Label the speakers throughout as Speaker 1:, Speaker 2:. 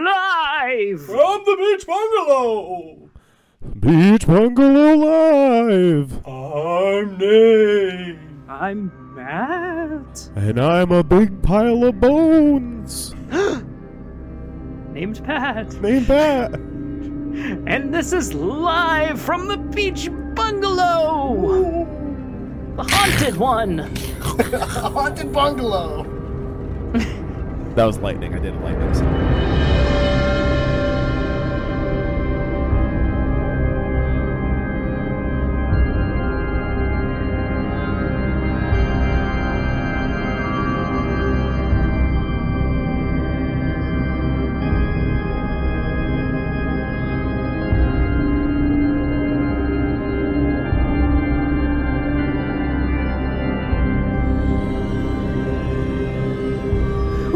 Speaker 1: live.
Speaker 2: From the beach bungalow,
Speaker 3: Beach Bungalow Live!
Speaker 2: I'm Nate.
Speaker 1: I'm Matt,
Speaker 3: And I'm a big pile of bones!
Speaker 1: named Pat,
Speaker 3: Name that!
Speaker 1: and this is live from the beach bungalow, the haunted one.
Speaker 4: Haunted bungalow.
Speaker 3: That was lightning. I did a lightning sound.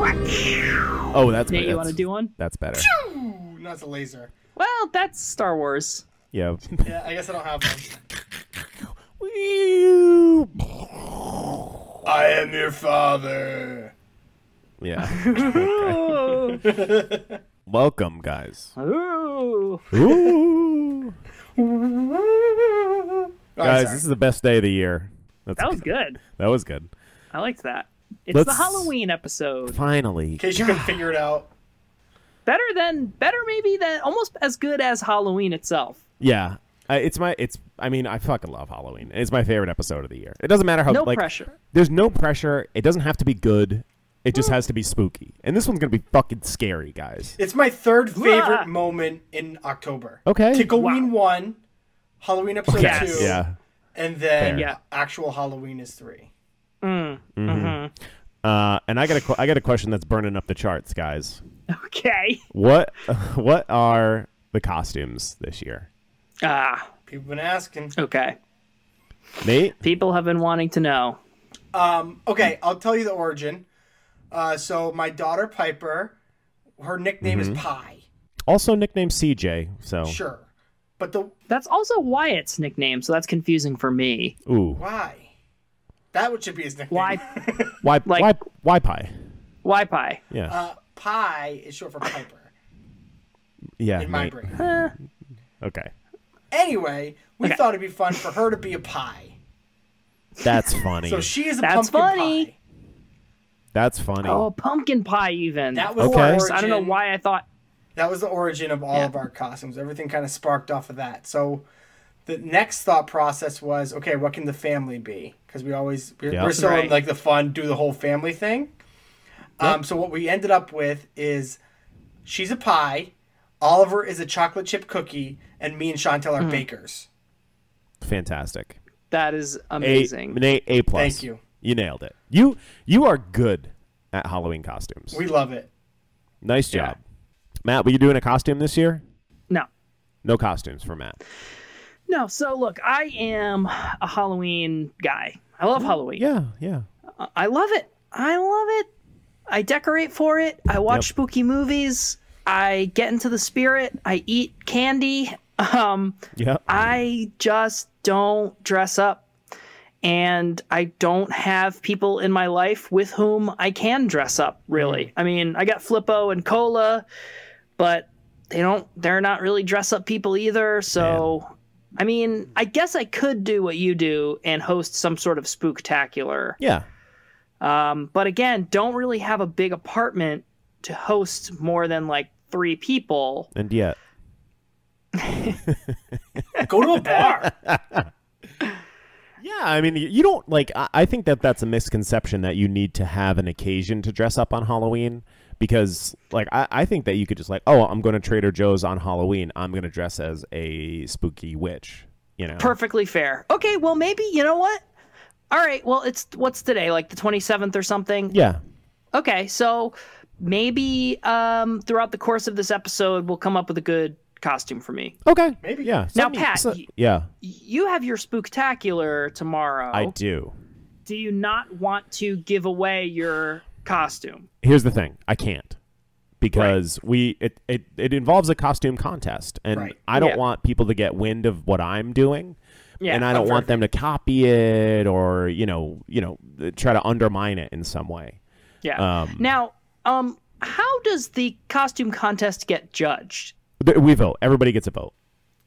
Speaker 3: Oh, that's
Speaker 1: Nate, you
Speaker 3: that's-
Speaker 1: want to do one?
Speaker 3: That's better.
Speaker 4: Ooh, no, it's a laser.
Speaker 1: Well, that's Star Wars.
Speaker 3: Yeah.
Speaker 4: Yeah, I guess I don't have one. I am your father.
Speaker 3: yeah.
Speaker 1: Ooh.
Speaker 3: Welcome, guys.
Speaker 1: Ooh.
Speaker 3: Ooh.
Speaker 4: Oh,
Speaker 3: guys,
Speaker 4: sorry.
Speaker 3: this is the best day of the year. That's
Speaker 1: That was good.
Speaker 3: That was good.
Speaker 1: I liked that. It's the
Speaker 3: Let's-
Speaker 1: Halloween episode.
Speaker 3: Finally.
Speaker 4: in case you can figure it out.
Speaker 1: Better than, better maybe than, almost as good as Halloween itself.
Speaker 3: Yeah. I, it's my it's I mean I fucking love Halloween. It's my favorite episode of the year. It doesn't matter how
Speaker 1: No
Speaker 3: like
Speaker 1: pressure.
Speaker 3: There's no pressure. It doesn't have to be good. It just has to be spooky. And this one's going to be fucking scary, guys.
Speaker 4: It's my third favorite
Speaker 1: Ah.
Speaker 4: moment in October.
Speaker 3: Okay.
Speaker 4: Tickleween one, Halloween episode
Speaker 1: Yes.
Speaker 4: two,
Speaker 3: Yeah.
Speaker 4: and then
Speaker 3: Fair.
Speaker 1: Yeah.
Speaker 4: actual Halloween is three.
Speaker 3: Uh, and I got a que- I got a question that's burning up the charts, guys.
Speaker 1: Okay.
Speaker 3: What what are the costumes this year?
Speaker 1: Ah,
Speaker 4: People been asking.
Speaker 1: okay.
Speaker 3: Nate?
Speaker 1: People have been wanting to know.
Speaker 4: Um, okay, I'll tell you the origin. Uh, so my daughter Piper, her nickname is
Speaker 3: Mm-hmm.
Speaker 4: Pie.
Speaker 3: Also nicknamed CJ. So
Speaker 4: Sure, but the
Speaker 1: That's also Wyatt's nickname, so that's confusing for me.
Speaker 3: ooh.
Speaker 4: why? That would should be his nickname.
Speaker 1: Why,
Speaker 3: Why
Speaker 1: Like-
Speaker 3: why why pie?
Speaker 1: why pie?
Speaker 3: Yeah.
Speaker 4: Uh, pie is short for Piper
Speaker 3: yeah.
Speaker 4: in my
Speaker 3: Nate.
Speaker 4: brain.
Speaker 3: Okay.
Speaker 4: Anyway, we
Speaker 1: Okay.
Speaker 4: thought it'd be fun for her to be a pie.
Speaker 3: That's funny.
Speaker 4: So she is a
Speaker 1: That's
Speaker 4: pumpkin
Speaker 1: funny.
Speaker 4: pie.
Speaker 3: That's funny.
Speaker 1: Oh, pumpkin pie even.
Speaker 4: That was
Speaker 3: Okay.
Speaker 4: the
Speaker 3: So
Speaker 4: origin.
Speaker 1: I don't know why I thought.
Speaker 4: That was the origin of all of our costumes. Everything kind of sparked off of that. So the next thought process was, okay, what can the family be? Because we always we're,
Speaker 3: Yeah.
Speaker 4: we're still in
Speaker 1: Right.
Speaker 4: like the fun, do the whole family thing. Um, so what we ended up with is she's a pie, Oliver is a chocolate chip cookie, and me and Chantel
Speaker 1: Hmm.
Speaker 4: are bakers.
Speaker 3: Fantastic.
Speaker 1: That is
Speaker 3: A,
Speaker 1: amazing.
Speaker 3: Nate, a plus.
Speaker 4: Thank you.
Speaker 3: You nailed it. You you are good at Halloween costumes.
Speaker 4: We love it.
Speaker 3: nice job, Matt. Were you doing a costume this year?
Speaker 1: No.
Speaker 3: No costumes for Matt.
Speaker 1: No, so look, I am a Halloween guy. I love Halloween.
Speaker 3: Oh, Yeah, yeah.
Speaker 1: I love it. I love it. I decorate for it. I watch
Speaker 3: Yep.
Speaker 1: spooky movies. I get into the spirit. I eat candy. Um,
Speaker 3: Yeah.
Speaker 1: I just don't dress up. And I don't have people in my life with whom I can dress up, really. I mean, I got Flippo and Cola, but they don't they're not really dress up people either, so I mean, I guess I could do what you do and host some sort of spooktacular.
Speaker 3: yeah.
Speaker 1: Um, but again, don't really have a big apartment to host more than like three people.
Speaker 3: And yet.
Speaker 4: Go to a bar.
Speaker 3: Yeah, I mean, y- you don't like. I, I think that that's a misconception that you need to have an occasion to dress up on Halloween because, like, I, I think that you could just like, oh, I'm going to Trader Joe's on Halloween. I'm going to dress as a spooky witch. You know.
Speaker 1: Perfectly fair. Okay, well maybe you know what? All right, well it's what's today, like the twenty seventh or something.
Speaker 3: Yeah.
Speaker 1: Okay, so maybe um, throughout the course of this episode, we'll come up with a good costume for me.
Speaker 3: Okay.
Speaker 4: Maybe.
Speaker 3: Yeah.
Speaker 1: Now,
Speaker 3: Send me-
Speaker 1: Pat,
Speaker 3: send-
Speaker 1: y-
Speaker 3: yeah,
Speaker 1: You have your spooktacular tomorrow.
Speaker 3: I do.
Speaker 1: Do you not want to give away your costume?
Speaker 3: here's the thing i can't because we it, it it involves a costume contest and
Speaker 4: Right.
Speaker 3: i don't
Speaker 1: Yeah.
Speaker 3: want people to get wind of what i'm doing
Speaker 1: Yeah,
Speaker 3: and i don't want them to copy it or uh, you know you know try to undermine it in some way
Speaker 1: Yeah.
Speaker 3: Um,
Speaker 1: now, um, how does the costume contest get judged?
Speaker 3: Th- We vote. Everybody gets a vote.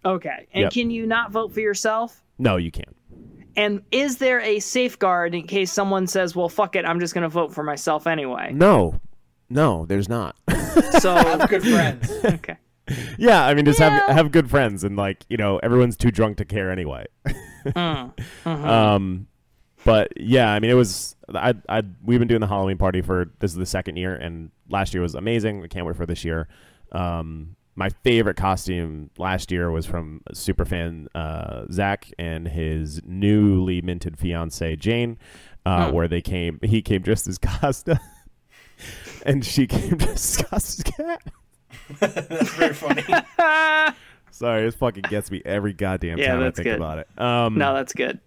Speaker 1: Okay. And
Speaker 3: Yep.
Speaker 1: can you not vote for yourself?
Speaker 3: No, you can't.
Speaker 1: And is there a safeguard in case someone says, well, fuck it, I'm just going to vote for myself anyway?
Speaker 3: No, no, there's not.
Speaker 1: So,
Speaker 4: Good friends.
Speaker 3: Mm-hmm.
Speaker 1: okay.
Speaker 3: yeah, I mean, just have
Speaker 1: Yeah.
Speaker 3: have good friends and like you know, everyone's too drunk to care anyway. Um, but yeah, I mean, it was I I we've been doing the Halloween party for this is the second year, and last year was amazing. We can't wait for this year. Um, my favorite costume last year was from superfan uh, Zach and his newly minted fiance Jane, uh, where they came. He came dressed as Costa, and she came dressed as Costa's cat.
Speaker 4: That's very funny.
Speaker 3: Sorry, this fucking gets me every goddamn
Speaker 1: Yeah,
Speaker 3: time I
Speaker 1: that's
Speaker 3: think
Speaker 1: good.
Speaker 3: about it. Um,
Speaker 1: No, that's good.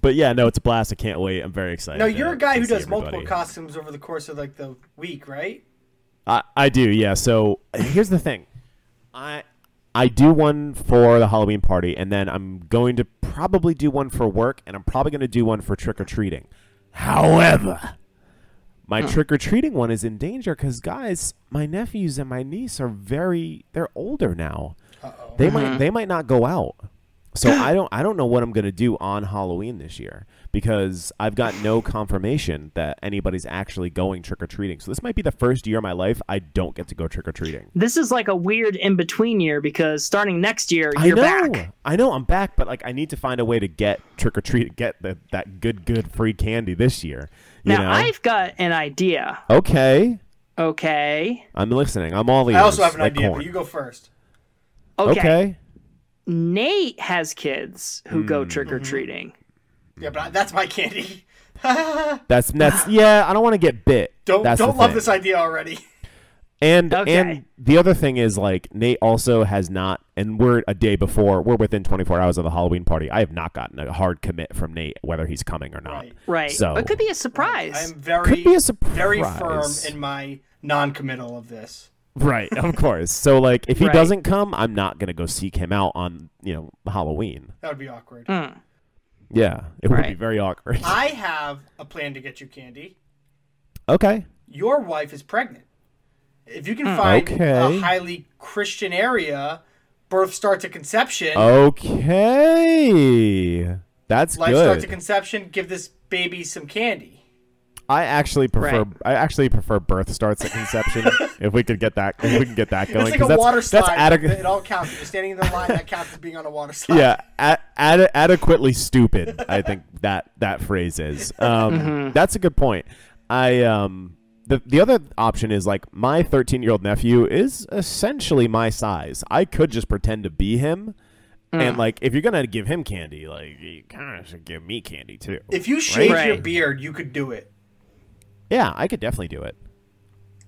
Speaker 3: but yeah, no, it's a blast. I can't wait. I'm very excited.
Speaker 4: No,
Speaker 3: to-
Speaker 4: you're a guy
Speaker 3: to
Speaker 4: who
Speaker 3: see
Speaker 4: does multiple
Speaker 3: everybody.
Speaker 4: costumes over the course of like the week, right?
Speaker 3: I, I do, yeah. So here's the thing, I I do one for the Halloween party, and then I'm going to probably do one for work, and I'm probably going to do one for trick or treating. However, my trick or treating one is in danger because guys, my nephews and my niece are very they're older now. They might
Speaker 1: Mm-hmm.
Speaker 3: they might not go out. So I don't I don't know what I'm gonna do on Halloween this year because I've got no confirmation that anybody's actually going trick or treating. So this might be the first year of my life I don't get to go trick or treating.
Speaker 1: This is like a weird in between year because starting next year,
Speaker 3: I
Speaker 1: you're
Speaker 3: know
Speaker 1: back.
Speaker 3: I know I'm back, but like I need to find a way to get trick or treat get the, that good good free candy this year. You
Speaker 1: Now,
Speaker 3: know?
Speaker 1: I've got an idea.
Speaker 3: okay.
Speaker 1: Okay.
Speaker 3: I'm listening. I'm all ears.
Speaker 4: I also have an
Speaker 3: like
Speaker 4: idea,
Speaker 3: corn.
Speaker 4: but you go first.
Speaker 1: Okay.
Speaker 3: okay.
Speaker 1: Nate has kids who go
Speaker 3: Hmm.
Speaker 1: trick or treating.
Speaker 4: Yeah, but I, that's my candy.
Speaker 3: That's that's yeah. I don't want to get bit.
Speaker 4: Don't
Speaker 3: That's the
Speaker 4: don't love
Speaker 3: thing.
Speaker 4: this idea already.
Speaker 3: And
Speaker 1: Okay.
Speaker 3: and the other thing is like Nate also has not, and we're a day before. We're within 24 hours of the Halloween party. I have not gotten a hard commit from Nate whether he's coming or not.
Speaker 4: Right.
Speaker 1: Right.
Speaker 3: So
Speaker 1: it could be a
Speaker 4: I am
Speaker 1: surprise.
Speaker 4: very
Speaker 3: Could be a
Speaker 4: very firm
Speaker 3: surprise.
Speaker 4: in my non-committal of this.
Speaker 3: right, of course. So like if he
Speaker 1: Right.
Speaker 3: doesn't come, I'm not gonna go seek him out on you know Halloween.
Speaker 4: That would be awkward.
Speaker 3: Yeah, it would be
Speaker 1: Right.
Speaker 3: very awkward.
Speaker 4: I have a plan to get you candy.
Speaker 3: okay.
Speaker 4: Your wife is pregnant. If you can find
Speaker 3: Okay.
Speaker 4: a highly Christian area, birth start to conception,
Speaker 3: Oh, Okay. That's
Speaker 4: life start
Speaker 3: good.
Speaker 4: to conception, give this baby some candy.
Speaker 3: I actually prefer
Speaker 1: Right.
Speaker 3: I actually prefer birth starts at conception. if we could get that, if we can get that going,
Speaker 4: It's like
Speaker 3: 'cause
Speaker 4: a
Speaker 3: that's,
Speaker 4: water slide.
Speaker 3: that's adequate.
Speaker 4: It all counts. If You're standing in the line. That counts as being on a water slide.
Speaker 3: yeah, ad- ad- adequately stupid. I think that that phrase is. Um, That's a good point. I um the the other option is like my 13 year old nephew is essentially my size. I could just pretend to be him, and like if you're gonna give him candy, like you kind of should give me candy too.
Speaker 4: If you shave your
Speaker 1: Right.
Speaker 4: beard, you could do it.
Speaker 3: yeah, I could definitely do it.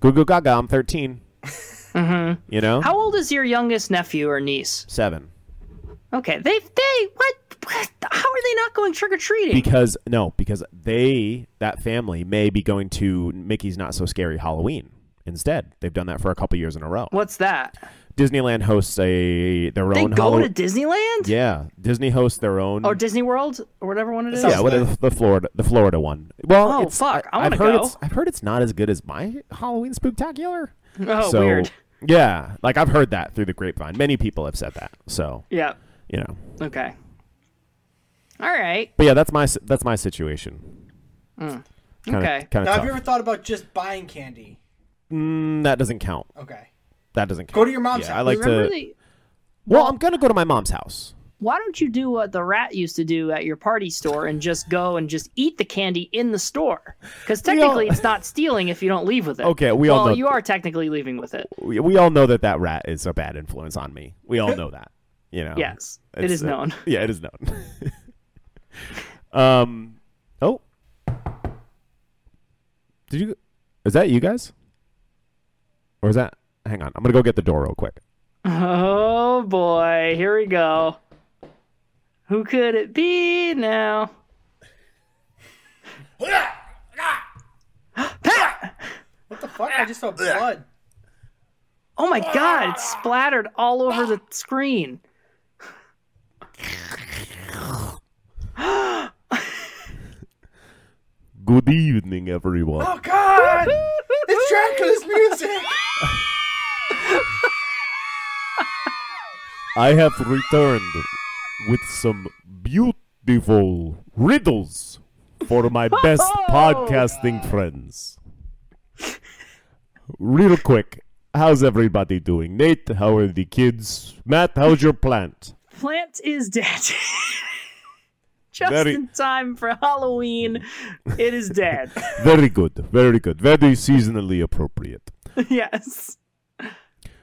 Speaker 3: Goo goo gaga, I'm 13. You know,
Speaker 1: How old is your youngest nephew or niece?
Speaker 3: seven.
Speaker 1: Okay, they they what, what? How are they not going trick or treating?
Speaker 3: Because no, because they that family may be going to Mickey's Not So Scary Halloween instead. They've done that for a couple years in a row.
Speaker 1: What's that?
Speaker 3: Disneyland hosts a their
Speaker 1: They
Speaker 3: own
Speaker 1: go to Oh,
Speaker 3: Halloween.
Speaker 1: Disneyland
Speaker 3: yeah, Disney hosts their own.
Speaker 1: or Disney World or whatever one it is.
Speaker 4: sounds
Speaker 3: yeah, what is the Florida the Florida one? Well,
Speaker 1: Oh,
Speaker 3: it's,
Speaker 1: fuck, I
Speaker 3: have
Speaker 1: wanna
Speaker 3: heard
Speaker 1: go.
Speaker 3: It's, I've heard it's not as good as my Halloween Spooktacular.
Speaker 1: Oh,
Speaker 3: so,
Speaker 1: weird.
Speaker 3: Yeah, like I've heard that through the grapevine. Many people have said that. So
Speaker 1: Yeah.
Speaker 3: you know,
Speaker 1: Okay. All right.
Speaker 3: but yeah, that's my s- that's my situation. Kinda-
Speaker 1: Hmm. okay.
Speaker 3: kinda
Speaker 4: Now, have
Speaker 3: tough.
Speaker 4: you ever thought about just buying candy?
Speaker 3: Mm, that doesn't count.
Speaker 4: Okay.
Speaker 3: That doesn't count.
Speaker 4: Go to your mom's
Speaker 3: yeah, I
Speaker 4: house.
Speaker 3: like
Speaker 1: Remember
Speaker 3: to.
Speaker 1: the,
Speaker 3: Well, I'm gonna go to my mom's house.
Speaker 1: why don't you do what the rat used to do at your party store and just go and just eat the candy in the store? Because
Speaker 3: all-
Speaker 1: technically, it's not stealing if you don't leave with it.
Speaker 3: Okay, we all
Speaker 1: well,
Speaker 3: know-
Speaker 1: you are technically leaving with it.
Speaker 3: We, we all know that that rat is a bad influence on me. We all know that. You know.
Speaker 1: Yes, it
Speaker 3: It's,
Speaker 1: is
Speaker 3: uh,
Speaker 1: known.
Speaker 3: Yeah, it is known. um. Oh. Did you? Is that you guys? Or is that? Hang on. I'm gonna go get the door real quick.
Speaker 1: Oh boy, here we go. Who could it be now?
Speaker 4: What the fuck? I just saw blood.
Speaker 1: Oh my god, it's splattered all over the screen.
Speaker 3: Good evening, everyone.
Speaker 4: Oh god! it's Dracula's music.
Speaker 3: I have returned with some beautiful riddles for my best podcasting friends. Real quick, how's everybody doing? Nate, how are the kids? Matt, how's your plant?
Speaker 1: Plant is dead. Just
Speaker 3: Very-
Speaker 1: in time for Halloween, it is dead.
Speaker 3: Very good, very good, very seasonally appropriate.
Speaker 1: yes.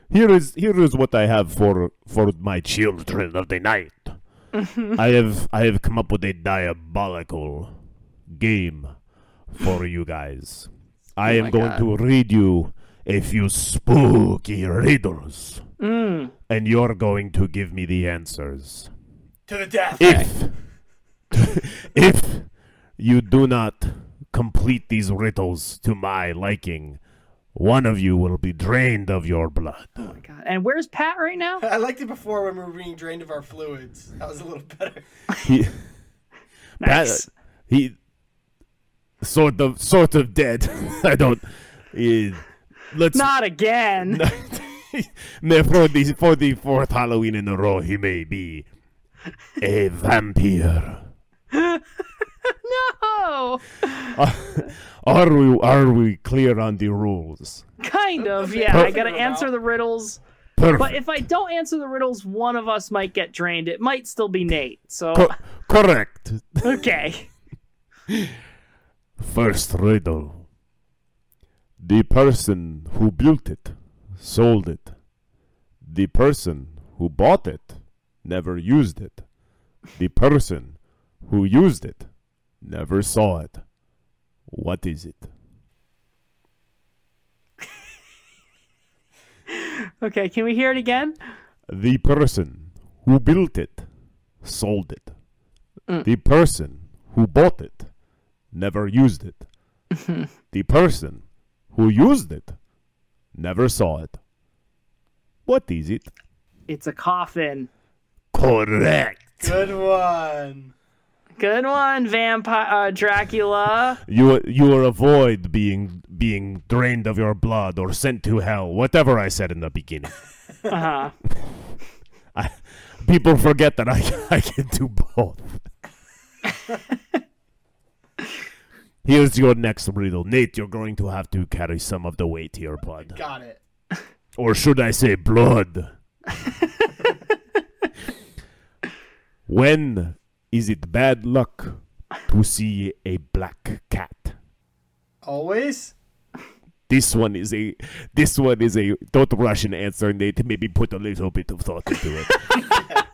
Speaker 3: Here is here is what I have for for my children of the night. I have I have come up with a diabolical game for you guys. I am going to read you a few spooky riddles, and you're going to give me the answers.
Speaker 4: to the death.
Speaker 3: If if you do not complete these riddles to my liking, one of you will be drained of your blood.
Speaker 1: Oh God. And where's Pat right now?
Speaker 4: I liked it before when we were being drained of our fluids. That was a little better.
Speaker 3: He-
Speaker 1: Nice.
Speaker 3: That- he sort of sort of dead. I don't. eh, let's
Speaker 1: Not again.
Speaker 3: No, for the for the fourth Halloween in a row. He may be a vampire.
Speaker 1: Oh,
Speaker 3: Are we are we clear on the rules?
Speaker 1: kind of. Yeah, I gotta answer the riddles.
Speaker 3: Perfect.
Speaker 1: But if I don't answer the riddles, one of us might get drained. It might still be Nate. So
Speaker 3: Co- correct.
Speaker 1: okay.
Speaker 3: First riddle. The person who built it sold it. The person who bought it never used it. The person who used it never saw it. What is it?
Speaker 1: Okay, can we hear it again?
Speaker 3: The person who built it sold it. The person who bought it never used it. the person who used it never saw it. What is it?
Speaker 1: It's a coffin.
Speaker 3: Correct.
Speaker 4: Good one.
Speaker 1: Good one, vampire uh, Dracula.
Speaker 3: You you will avoid being being drained of your blood or sent to hell, whatever I said in the beginning.
Speaker 1: Uh-huh.
Speaker 3: I, people forget that I, I can do both. Here's your next riddle. Nate, you're going to have to carry some of the weight here, bud.
Speaker 4: Got it.
Speaker 3: Or should I say, blood? when is it bad luck to see a black cat?
Speaker 4: Always.
Speaker 3: This one is a this one is a don't rush an answer, Nate. Maybe put a little bit of thought into it.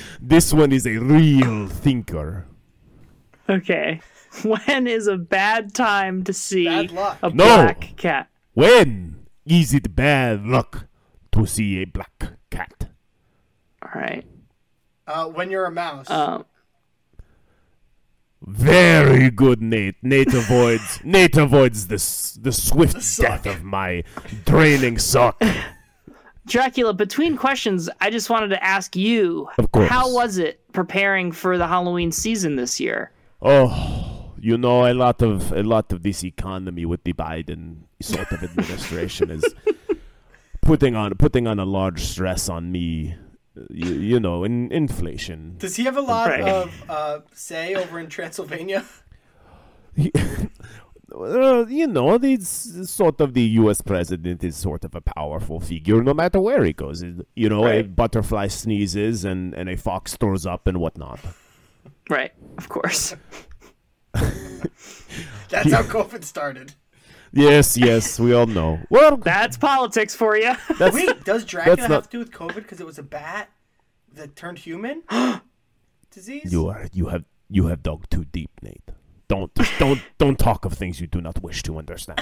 Speaker 3: this one is a real thinker.
Speaker 1: Okay. When is a bad time to see
Speaker 4: Bad luck.
Speaker 1: a
Speaker 3: No.
Speaker 1: black cat?
Speaker 3: When is it bad luck to see a black cat?
Speaker 1: All right.
Speaker 4: Uh, when you're a mouse.
Speaker 1: Um,
Speaker 3: Very good, Nate. Nate avoids Nate avoids the s- the swift
Speaker 4: suck.
Speaker 3: death of my draining sock.
Speaker 1: Dracula, between questions, I just wanted to ask you
Speaker 3: Of course.
Speaker 1: how was it preparing for the Halloween season this year?
Speaker 3: Oh, you know, a lot of a lot of this economy with the Biden sort of administration is putting on putting on a large stress on me. You, you know, in inflation.
Speaker 4: Does he have a lot
Speaker 1: Right.
Speaker 4: of uh, say over in Transylvania?
Speaker 3: Uh, you know, it's sort of the U.S. president is sort of a powerful figure, no matter where he goes. It- You know, a
Speaker 1: Right.
Speaker 3: butterfly sneezes and and a fox throws up and whatnot.
Speaker 1: Right, of course.
Speaker 4: That's how COVID started.
Speaker 3: Yes, yes, we all know. Well,
Speaker 1: That's politics for you.
Speaker 3: that's
Speaker 4: Wait, does Dracula
Speaker 3: That's
Speaker 4: have
Speaker 3: not-
Speaker 4: to do with COVID because it was a bat that turned human? Disease?
Speaker 3: You are you have you have dug too deep, Nate. Don't don't don't talk of things you do not wish to understand.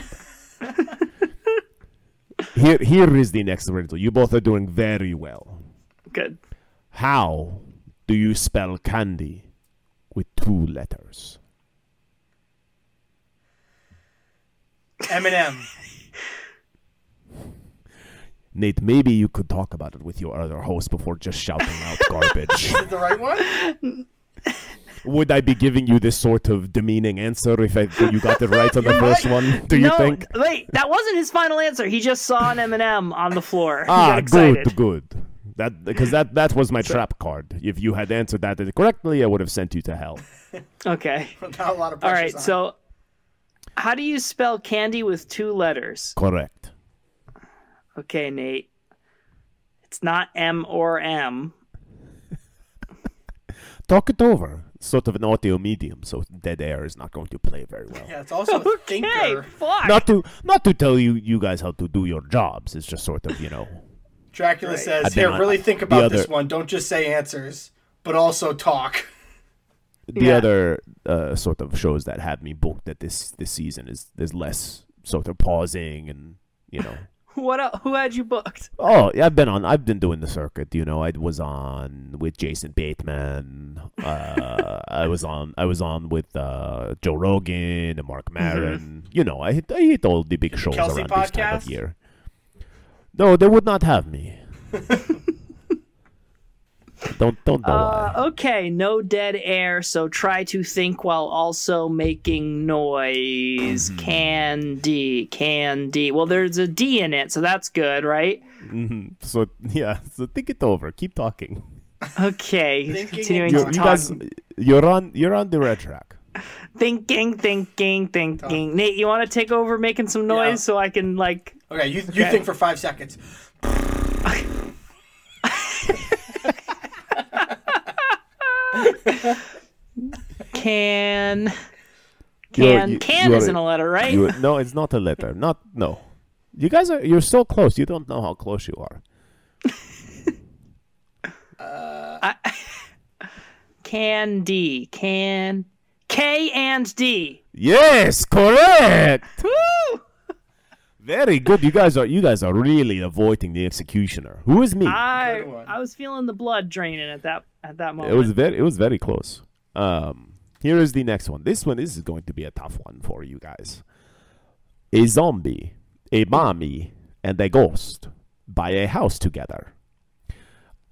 Speaker 3: here here is the next riddle. You both are doing very well.
Speaker 1: Good.
Speaker 3: How do you spell candy with two letters?
Speaker 4: Eminem.
Speaker 3: Nate, maybe you could talk about it with your other host before just shouting out garbage.
Speaker 4: the right one?
Speaker 3: Would I be giving you this sort of demeaning answer if I, you got it right on the first one? Do you
Speaker 1: no,
Speaker 3: think?
Speaker 1: wait, that wasn't his final answer. He just saw an M&M on the floor. he got
Speaker 3: Ah,
Speaker 1: excited.
Speaker 3: good, good. That because that that was my trap card. If you had answered that correctly, I would have sent you to hell.
Speaker 1: Okay.
Speaker 4: Not a lot of
Speaker 1: All
Speaker 4: pressure.
Speaker 1: right. So, how do you spell candy with two letters?
Speaker 3: Correct.
Speaker 1: Okay, Nate. It's not M or M.
Speaker 3: Talk it over. Sort of an audio medium, so dead air is not going to play very well.
Speaker 4: yeah, it's also a
Speaker 1: Okay,
Speaker 4: thinker.
Speaker 1: fuck.
Speaker 3: Not to not to tell you you guys how to do your jobs. It's just sort of you know.
Speaker 4: Dracula
Speaker 3: I've
Speaker 4: says,
Speaker 3: been
Speaker 4: "Here,
Speaker 3: on
Speaker 4: really think about this
Speaker 3: other-
Speaker 4: one. Don't just say answers, but also talk."
Speaker 3: the
Speaker 1: Yeah.
Speaker 3: other uh, sort of shows that have me booked that this this season is there's less sort of pausing and you know
Speaker 1: What? el- Who had you booked?
Speaker 3: oh yeah, I've been on I've been doing the circuit you know I was on with Jason Bateman uh, I was on I was on with uh, Joe Rogan and Mark Maron you know I hit I hit all the big shows
Speaker 4: Mm-hmm. Kelsey
Speaker 3: around this time of
Speaker 4: podcast?
Speaker 3: year no they would not have me don't don't know why.
Speaker 1: Uh, okay, no dead air, so try to think while also making noise.
Speaker 3: Mm-hmm.
Speaker 1: Candy, candy. Well, there's a D in it, so that's good, right?
Speaker 3: Mm-hmm. so yeah so think it over keep talking.
Speaker 1: Okay,
Speaker 4: Thinking
Speaker 1: continuing
Speaker 3: you,
Speaker 4: and
Speaker 1: to
Speaker 3: you
Speaker 4: talking.
Speaker 1: talk.
Speaker 3: guys, you're on you're on the red track.
Speaker 1: Thinking, thinking, thinking. Nate, you want to take over making some noise
Speaker 4: Yeah.
Speaker 1: so I can like
Speaker 4: Okay, you you think for five seconds.
Speaker 1: can
Speaker 3: You're-
Speaker 1: can
Speaker 3: you-
Speaker 1: can
Speaker 3: you
Speaker 1: isn't
Speaker 3: are-
Speaker 1: a letter, right?
Speaker 3: you- no, it's not a letter. Not no. You guys are you're so close. You don't know how close you are.
Speaker 1: Candy, can K and D.
Speaker 3: Yes, correct.
Speaker 1: Woo!
Speaker 3: Very good. You guys are you guys are really avoiding the executioner. Who is me?
Speaker 1: I
Speaker 4: Good one.
Speaker 1: I was feeling the blood draining at that at that
Speaker 3: it
Speaker 1: moment.
Speaker 3: was very it was very close. Um, here is the next one. This one this is going to be a tough one for you guys. A zombie, a mommy, and a ghost buy a house together.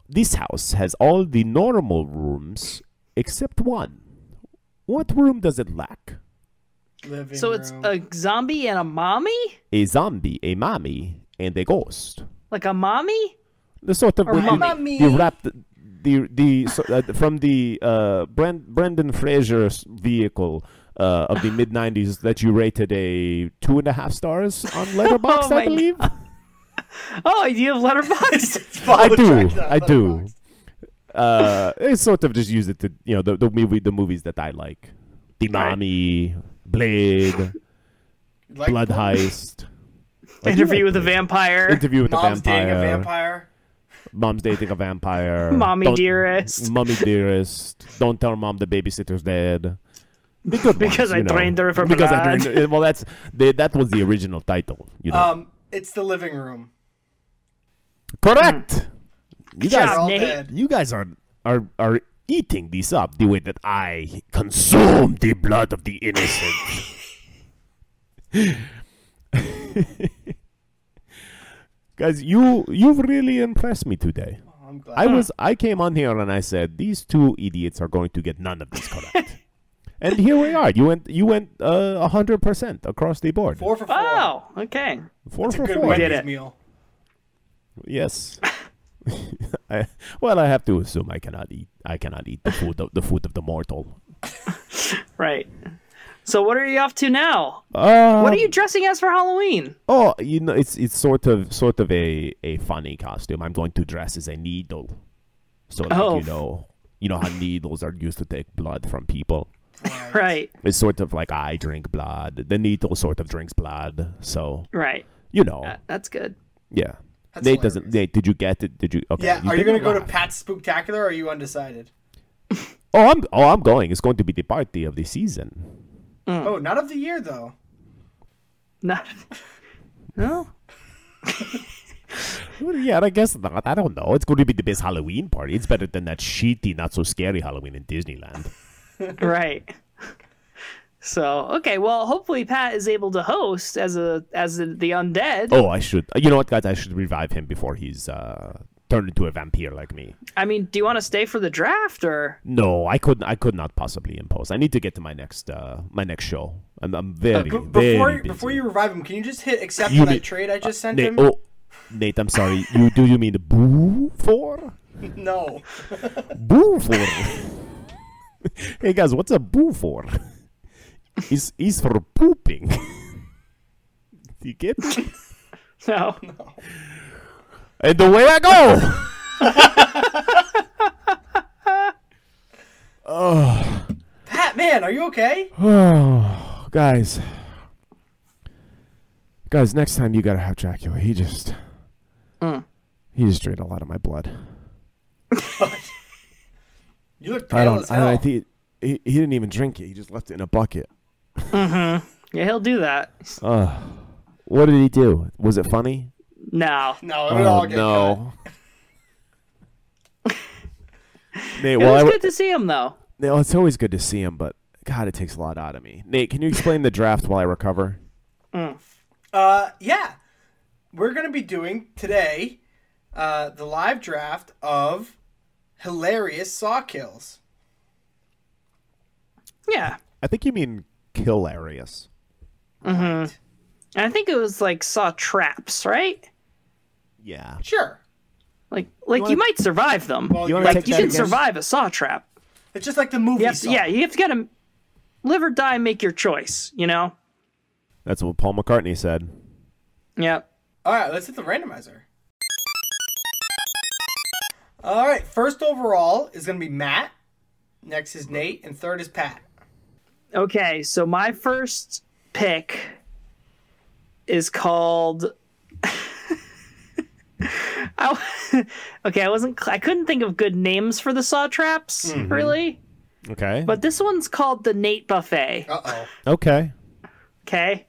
Speaker 3: This house has all the normal rooms except one. What room does it lack?
Speaker 4: Living
Speaker 1: so it's
Speaker 4: room.
Speaker 1: a zombie and a mommy,
Speaker 3: A zombie, a mommy, and a ghost.
Speaker 1: like a mommy.
Speaker 3: the sort of
Speaker 1: Or
Speaker 3: the,
Speaker 4: mommy.
Speaker 3: the wrapped the the so, uh, from the uh, Brand, Brendan Fraser's vehicle uh, of the mid '90s that you rated a two and a half stars on Letterboxd,
Speaker 1: Oh my
Speaker 3: I believe.
Speaker 1: Oh, you have letterbox.
Speaker 3: I do, I do. Uh, it's sort of just used it to you know the, the movie the movies that I like, the mommy, Blade,
Speaker 4: Like,
Speaker 3: Blood Heist, I do
Speaker 1: Interview
Speaker 3: like
Speaker 1: with a
Speaker 3: Blade.
Speaker 1: vampire.
Speaker 3: Interview with
Speaker 4: Mom's
Speaker 3: a vampire.
Speaker 4: dating a vampire.
Speaker 3: Mom's dating a vampire.
Speaker 1: Mommy
Speaker 3: Don't-
Speaker 1: dearest.
Speaker 3: Mommy dearest. Don't tell mom the babysitter's dead. The good
Speaker 1: Because
Speaker 3: ones,
Speaker 1: I
Speaker 3: you know.
Speaker 1: drained her of her
Speaker 3: Because I
Speaker 1: blood.
Speaker 3: drained her- Well, that's the, that was the original title. You know.
Speaker 4: Um, it's the living room.
Speaker 3: Correct. You
Speaker 4: They're
Speaker 1: job,
Speaker 3: guys,
Speaker 4: all
Speaker 1: Nate.
Speaker 4: dead.
Speaker 3: you guys are are are eating these up the way that I consume the blood of the innocent. guys, you you've really impressed me today.
Speaker 4: Oh, I'm glad.
Speaker 3: I was I came on here and I said these two idiots are going to get none of this correct. and here we are. You went you went uh, a hundred percent across the board.
Speaker 4: four for four.
Speaker 1: Oh, okay.
Speaker 3: Four for
Speaker 4: Good
Speaker 3: four.
Speaker 1: did
Speaker 4: Wendy's
Speaker 1: it.
Speaker 4: meal.
Speaker 3: Yes. I, well, I have to assume I cannot eat. I cannot eat the food of the food of the mortal.
Speaker 1: Right. So what are you off to now?
Speaker 3: Uh,
Speaker 1: what are you dressing as for Halloween?
Speaker 3: Oh, you know, it's it's sort of sort of a, a funny costume. I'm going to dress as a needle, so like,
Speaker 1: Oh.
Speaker 3: you know, you know how needles are used to take blood from people.
Speaker 1: Right.
Speaker 3: It's sort of like I drink blood. The needle sort of drinks blood. So
Speaker 1: Right.
Speaker 3: you know,
Speaker 1: That's good.
Speaker 3: yeah. Nate
Speaker 4: That's
Speaker 3: doesn't. Nate, did you get it? Did you? Okay.
Speaker 4: Yeah, are you
Speaker 3: did
Speaker 4: gonna
Speaker 3: it
Speaker 4: go to
Speaker 3: live.
Speaker 4: Pat's Spooktacular or are you undecided?
Speaker 3: oh, I'm. Oh, I'm going. It's going to be the party of the season.
Speaker 1: Hmm.
Speaker 4: Oh, not of the year though.
Speaker 1: Not. No.
Speaker 3: Well, yeah, I guess not. I don't know. It's going to be the best Halloween party. It's better than that shitty, not so scary Halloween in Disneyland.
Speaker 1: right so okay well hopefully pat is able to host as a as a, the undead
Speaker 3: Oh, I should. You know what, guys? I should revive him before he's uh turn into a vampire like me.
Speaker 1: I mean, do you want to stay for the draft or?
Speaker 3: No, I could I could not possibly impose. I need to get to my next uh my next show. I'm, I'm very,
Speaker 4: B-
Speaker 3: very
Speaker 4: Uh, before
Speaker 3: busy.
Speaker 4: before you revive him, can you just hit accept
Speaker 3: You
Speaker 4: for
Speaker 3: mean-
Speaker 4: that trade I just sent
Speaker 3: Nate,
Speaker 4: him?
Speaker 3: oh, Nate, I'm sorry. You do you mean the boo for?
Speaker 4: No.
Speaker 3: Boo for? hey guys, what's a boo for? Is is for pooping? you get?
Speaker 1: No.
Speaker 3: And the way I go.
Speaker 4: Pat, man, are you okay?
Speaker 3: Oh, guys. Guys, next time you gotta have Dracula. He just.
Speaker 4: Mm.
Speaker 3: He just drained a lot of my blood.
Speaker 4: You look pale
Speaker 3: I don't.
Speaker 4: as
Speaker 3: I, I
Speaker 4: hell.
Speaker 3: think he, he didn't even drink it. He just left it in a bucket.
Speaker 1: Yeah, he'll do that.
Speaker 3: What did he do? Was it funny?
Speaker 1: No.
Speaker 4: No, we
Speaker 3: Oh,
Speaker 4: all get cut.
Speaker 3: Nate,
Speaker 1: It
Speaker 3: well,
Speaker 1: was
Speaker 3: I w-
Speaker 1: good to see him though.
Speaker 3: Now, it's always good to see him, but God, it takes a lot out of me. Nate, can you explain the draft while I recover?
Speaker 4: Uh, yeah, we're gonna be doing today uh, the live draft of hilarious saw kills.
Speaker 1: Yeah.
Speaker 3: I think you mean hilarious.
Speaker 1: And I think it was like saw traps, right?
Speaker 3: Yeah.
Speaker 4: Sure.
Speaker 1: Like like you,
Speaker 3: wanna-
Speaker 1: might survive them.
Speaker 4: Well,
Speaker 3: You wanna
Speaker 4: like,
Speaker 3: take
Speaker 1: you
Speaker 3: that
Speaker 1: can
Speaker 3: against-
Speaker 1: survive a saw trap.
Speaker 4: It's just like the movie.
Speaker 1: You have to,
Speaker 4: saw.
Speaker 1: yeah, you have to gotta live or die, make your choice, you know?
Speaker 3: That's what Paul McCartney said.
Speaker 1: Yeah.
Speaker 4: All right, let's hit the randomizer. All right, first overall is gonna be Matt. Next is Nate, and third is Pat.
Speaker 1: Okay, so my first pick is called. I, okay, I wasn't. I couldn't think of good names for the saw traps, really.
Speaker 3: Okay.
Speaker 1: But this one's called the Nate Buffet.
Speaker 4: Uh oh.
Speaker 3: okay.
Speaker 1: Okay.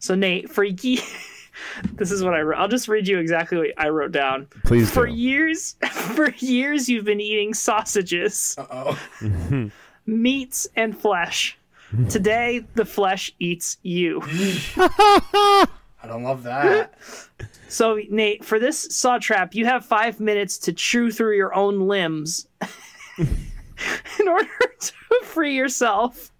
Speaker 1: So Nate, for ye- this is what I wrote. I'll just read you exactly what I wrote down.
Speaker 3: Please
Speaker 1: For
Speaker 3: do.
Speaker 1: years, for years, you've been eating sausages,
Speaker 4: Uh oh.
Speaker 1: meats, and flesh. Today, the flesh eats you.
Speaker 4: I don't love that.
Speaker 1: So Nate, for this saw trap, you have five minutes to chew through your own limbs in order to free yourself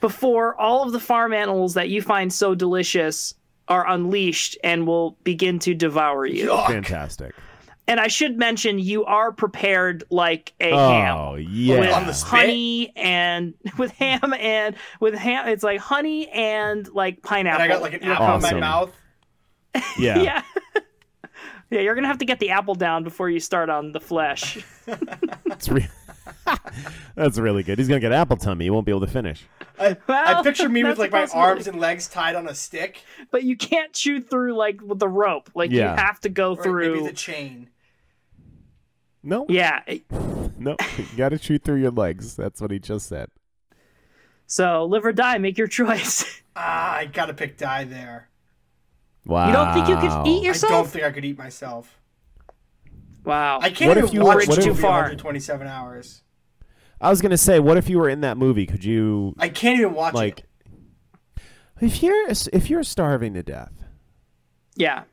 Speaker 1: before all of the farm animals that you find so delicious are unleashed and will begin to devour you.
Speaker 4: Yuck.
Speaker 3: Fantastic.
Speaker 1: And I should mention you are prepared like a ham.
Speaker 3: Oh,
Speaker 1: With
Speaker 4: On
Speaker 3: yeah.
Speaker 4: the spit?
Speaker 1: honey and with ham and with ham, it's like honey and like pineapple.
Speaker 4: And I got like an
Speaker 1: You know,
Speaker 4: apple in
Speaker 3: Awesome.
Speaker 4: my mouth.
Speaker 3: Yeah.
Speaker 1: yeah. yeah, you're gonna have to get the apple down before you start on the flesh.
Speaker 3: That's, re- That's really good. He's going to get apple tummy. He won't be able to finish.
Speaker 4: I,
Speaker 1: Well,
Speaker 4: I picture me
Speaker 1: that's
Speaker 4: with
Speaker 1: a
Speaker 4: like my
Speaker 1: possibility.
Speaker 4: arms and legs tied on a stick,
Speaker 1: But you can't chew through like with the rope. Like
Speaker 3: Yeah.
Speaker 1: you have to go
Speaker 4: or
Speaker 1: through.
Speaker 4: maybe the chain.
Speaker 3: No.
Speaker 1: yeah. eh,
Speaker 3: No. You got to chew through your legs. That's what he just said.
Speaker 1: So live or die, make your choice.
Speaker 4: Ah, I gotta pick die there.
Speaker 3: Wow.
Speaker 1: You don't think you could eat
Speaker 4: I don't
Speaker 1: yourself?
Speaker 4: think I could eat myself.
Speaker 1: Wow.
Speaker 4: I can't
Speaker 3: What if
Speaker 4: even
Speaker 3: you
Speaker 4: watch
Speaker 3: were- what
Speaker 4: this
Speaker 3: if-
Speaker 4: movie
Speaker 1: Too far.
Speaker 4: 127 hours.
Speaker 3: I was going to say, what if you were in that movie? Could you
Speaker 4: I can't even watch
Speaker 3: like
Speaker 4: it.
Speaker 3: if you're if you're starving to death
Speaker 1: yeah.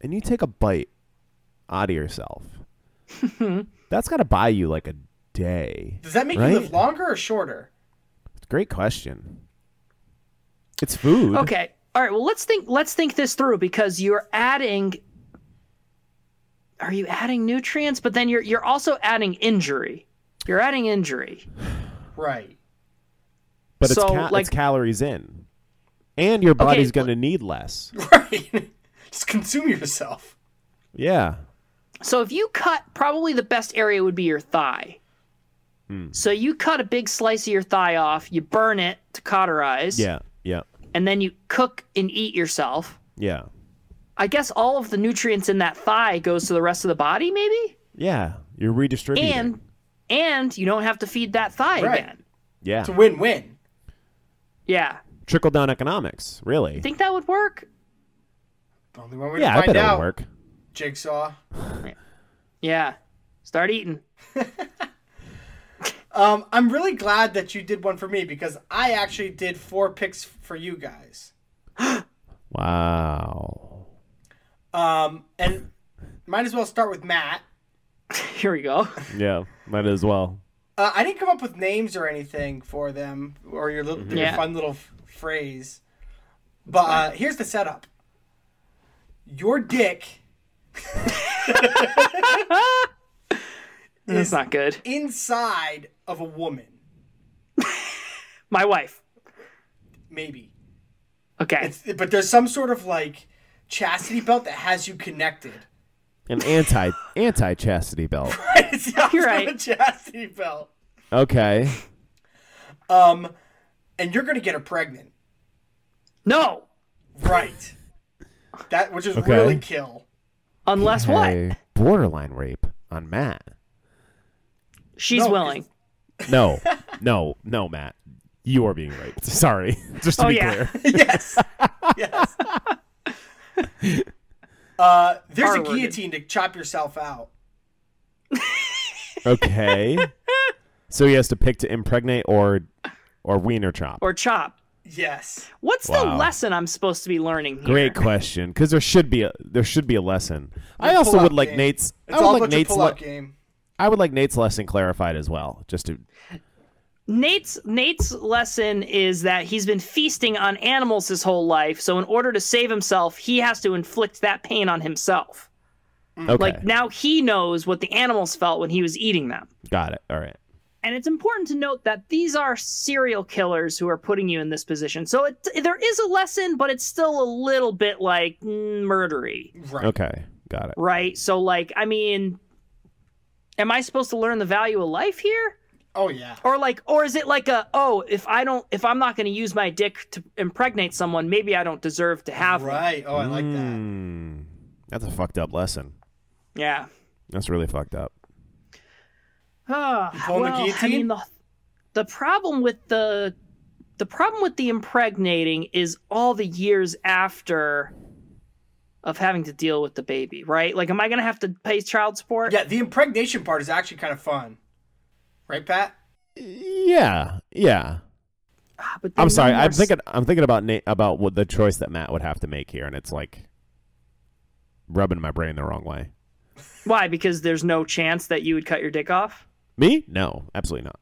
Speaker 3: and you take a bite out of yourself that's got to buy you like a day
Speaker 4: Does that make
Speaker 3: right?
Speaker 4: you live longer or shorter?
Speaker 3: great question it's food
Speaker 1: Okay. All right. Well, let's think. Let's think this through because you're adding. Are you adding nutrients? But then you're you're also adding injury. You're adding injury.
Speaker 4: Right.
Speaker 3: but it's,
Speaker 1: so,
Speaker 3: ca-
Speaker 1: like-
Speaker 3: it's calories in and your body's going to need less
Speaker 4: Right. Just consume yourself.
Speaker 3: yeah
Speaker 1: So if you cut, probably the best area would be your thigh.
Speaker 4: Hmm.
Speaker 1: So you cut a big slice of your thigh off, you burn it to cauterize,
Speaker 3: yeah yeah
Speaker 1: and then you cook and eat yourself.
Speaker 3: yeah
Speaker 1: I guess all of the nutrients in that thigh goes to the rest of the body, maybe,
Speaker 3: yeah you're redistributing
Speaker 1: and and you don't have to feed that thigh
Speaker 4: Right.
Speaker 1: again.
Speaker 3: yeah
Speaker 4: It's a win-win.
Speaker 1: Yeah,
Speaker 3: trickle down economics really
Speaker 1: think that would work?
Speaker 4: Only one way
Speaker 3: yeah
Speaker 4: to
Speaker 3: i
Speaker 4: find
Speaker 3: bet
Speaker 4: out.
Speaker 3: it'll work
Speaker 4: Jigsaw.
Speaker 1: Yeah, start eating.
Speaker 4: Um, I'm really glad that you did one for me because I actually did four picks for you guys.
Speaker 3: wow
Speaker 4: Um, and Might as well start with Matt.
Speaker 1: Here we go.
Speaker 3: Yeah, might as well.
Speaker 4: Uh, I didn't come up with names or anything for them or your little your
Speaker 1: Yeah.
Speaker 4: fun little f- phrase. But uh, here's the setup. Your dick
Speaker 1: That's not good.
Speaker 4: inside of a woman,
Speaker 1: My wife.
Speaker 4: maybe.
Speaker 1: Okay.
Speaker 4: It's, but there's some sort of like chastity belt that has you connected.
Speaker 3: An anti anti chastity belt.
Speaker 4: it's the opposite
Speaker 1: You're
Speaker 4: of
Speaker 1: right.
Speaker 4: a chastity belt.
Speaker 3: Okay.
Speaker 4: Um, and you're gonna get her pregnant,
Speaker 1: No.
Speaker 4: right? That which is
Speaker 3: Okay.
Speaker 4: really kill.
Speaker 1: Unless what?
Speaker 3: Hey, borderline rape on Matt.
Speaker 1: She's
Speaker 4: No, 'cause-
Speaker 1: willing.
Speaker 3: No, no, no, Matt. You are being raped. Sorry. Just to
Speaker 1: Oh,
Speaker 3: be
Speaker 1: yeah.
Speaker 3: clear.
Speaker 4: yes. Yes. Uh, there's a
Speaker 1: R-worded.
Speaker 4: guillotine to chop yourself out.
Speaker 3: Okay. so he has to pick to impregnate or or wiener chop.
Speaker 1: Or chop.
Speaker 4: Yes.
Speaker 1: What's the
Speaker 3: Wow.
Speaker 1: lesson I'm supposed to be learning here?
Speaker 3: Great question, because there should be a there should be a lesson. I also
Speaker 4: pull-up
Speaker 3: would like
Speaker 4: game.
Speaker 3: Nate's.
Speaker 4: It's
Speaker 3: I
Speaker 4: all
Speaker 3: would
Speaker 4: a
Speaker 3: like
Speaker 4: bunch of
Speaker 3: Nate's.
Speaker 4: pull-up
Speaker 3: le-
Speaker 4: game.
Speaker 3: I would like Nate's lesson clarified as well, just to
Speaker 1: Nate's Nate's lesson is that he's been feasting on animals his whole life, so in order to save himself, he has to inflict that pain on himself.
Speaker 4: Mm.
Speaker 3: okay.
Speaker 1: Like now he knows what the animals felt when he was eating them.
Speaker 3: Got it. All right.
Speaker 1: And it's important to note that these are serial killers who are putting you in this position. So it, there is a lesson, but it's still a little bit like mm, murdery,
Speaker 4: Right.
Speaker 3: Okay. Got it.
Speaker 1: right? So like, I mean, am I supposed to learn the value of life here?
Speaker 4: Oh yeah.
Speaker 1: Or like or is it like a oh, if I don't if I'm not going to use my dick to impregnate someone, maybe I don't deserve to have them.
Speaker 4: Right. Oh, I like that.
Speaker 3: Mm, that's a fucked up lesson.
Speaker 1: Yeah.
Speaker 3: That's really fucked up.
Speaker 1: Ah,
Speaker 4: pulling the
Speaker 1: well, I
Speaker 4: guillotine?
Speaker 1: mean, the, the problem with the the problem with the impregnating is all the years after of having to deal with the baby, right? Like, am I gonna have to pay child support?
Speaker 4: Yeah, the impregnation part is actually kind of fun. Right, Pat?
Speaker 3: Yeah. Yeah.
Speaker 1: Ah, but
Speaker 3: I'm
Speaker 1: then
Speaker 3: sorry.
Speaker 1: none
Speaker 3: I'm
Speaker 1: are-
Speaker 3: thinking. I'm thinking about Nate about what the choice that Matt would have to make here, and it's like rubbing my brain the wrong way.
Speaker 1: Why? Because there's no chance that you would cut your dick off.
Speaker 3: Me? No, absolutely not.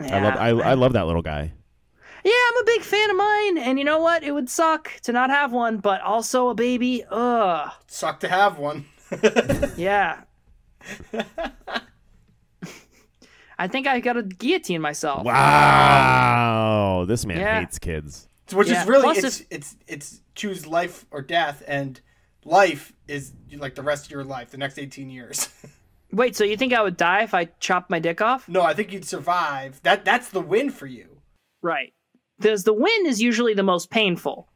Speaker 1: Yeah.
Speaker 3: I love. I, I love that little guy.
Speaker 1: yeah, I'm a big fan of mine, and you know what? It would suck to not have one, but also a baby. Ugh.
Speaker 4: Suck to have one.
Speaker 1: Yeah. I think I got to guillotine myself.
Speaker 3: Wow. This man
Speaker 1: Yeah.
Speaker 3: hates kids.
Speaker 4: Which
Speaker 1: Yeah.
Speaker 4: is really
Speaker 1: Plus
Speaker 4: it's, it's it's choose life or death and life is like the rest of your life, the next 18 years.
Speaker 1: Wait, so you think I would die if I chopped my dick off?
Speaker 4: no, I think you'd survive. That that's the win for you.
Speaker 1: Right. Because the win is usually the most painful.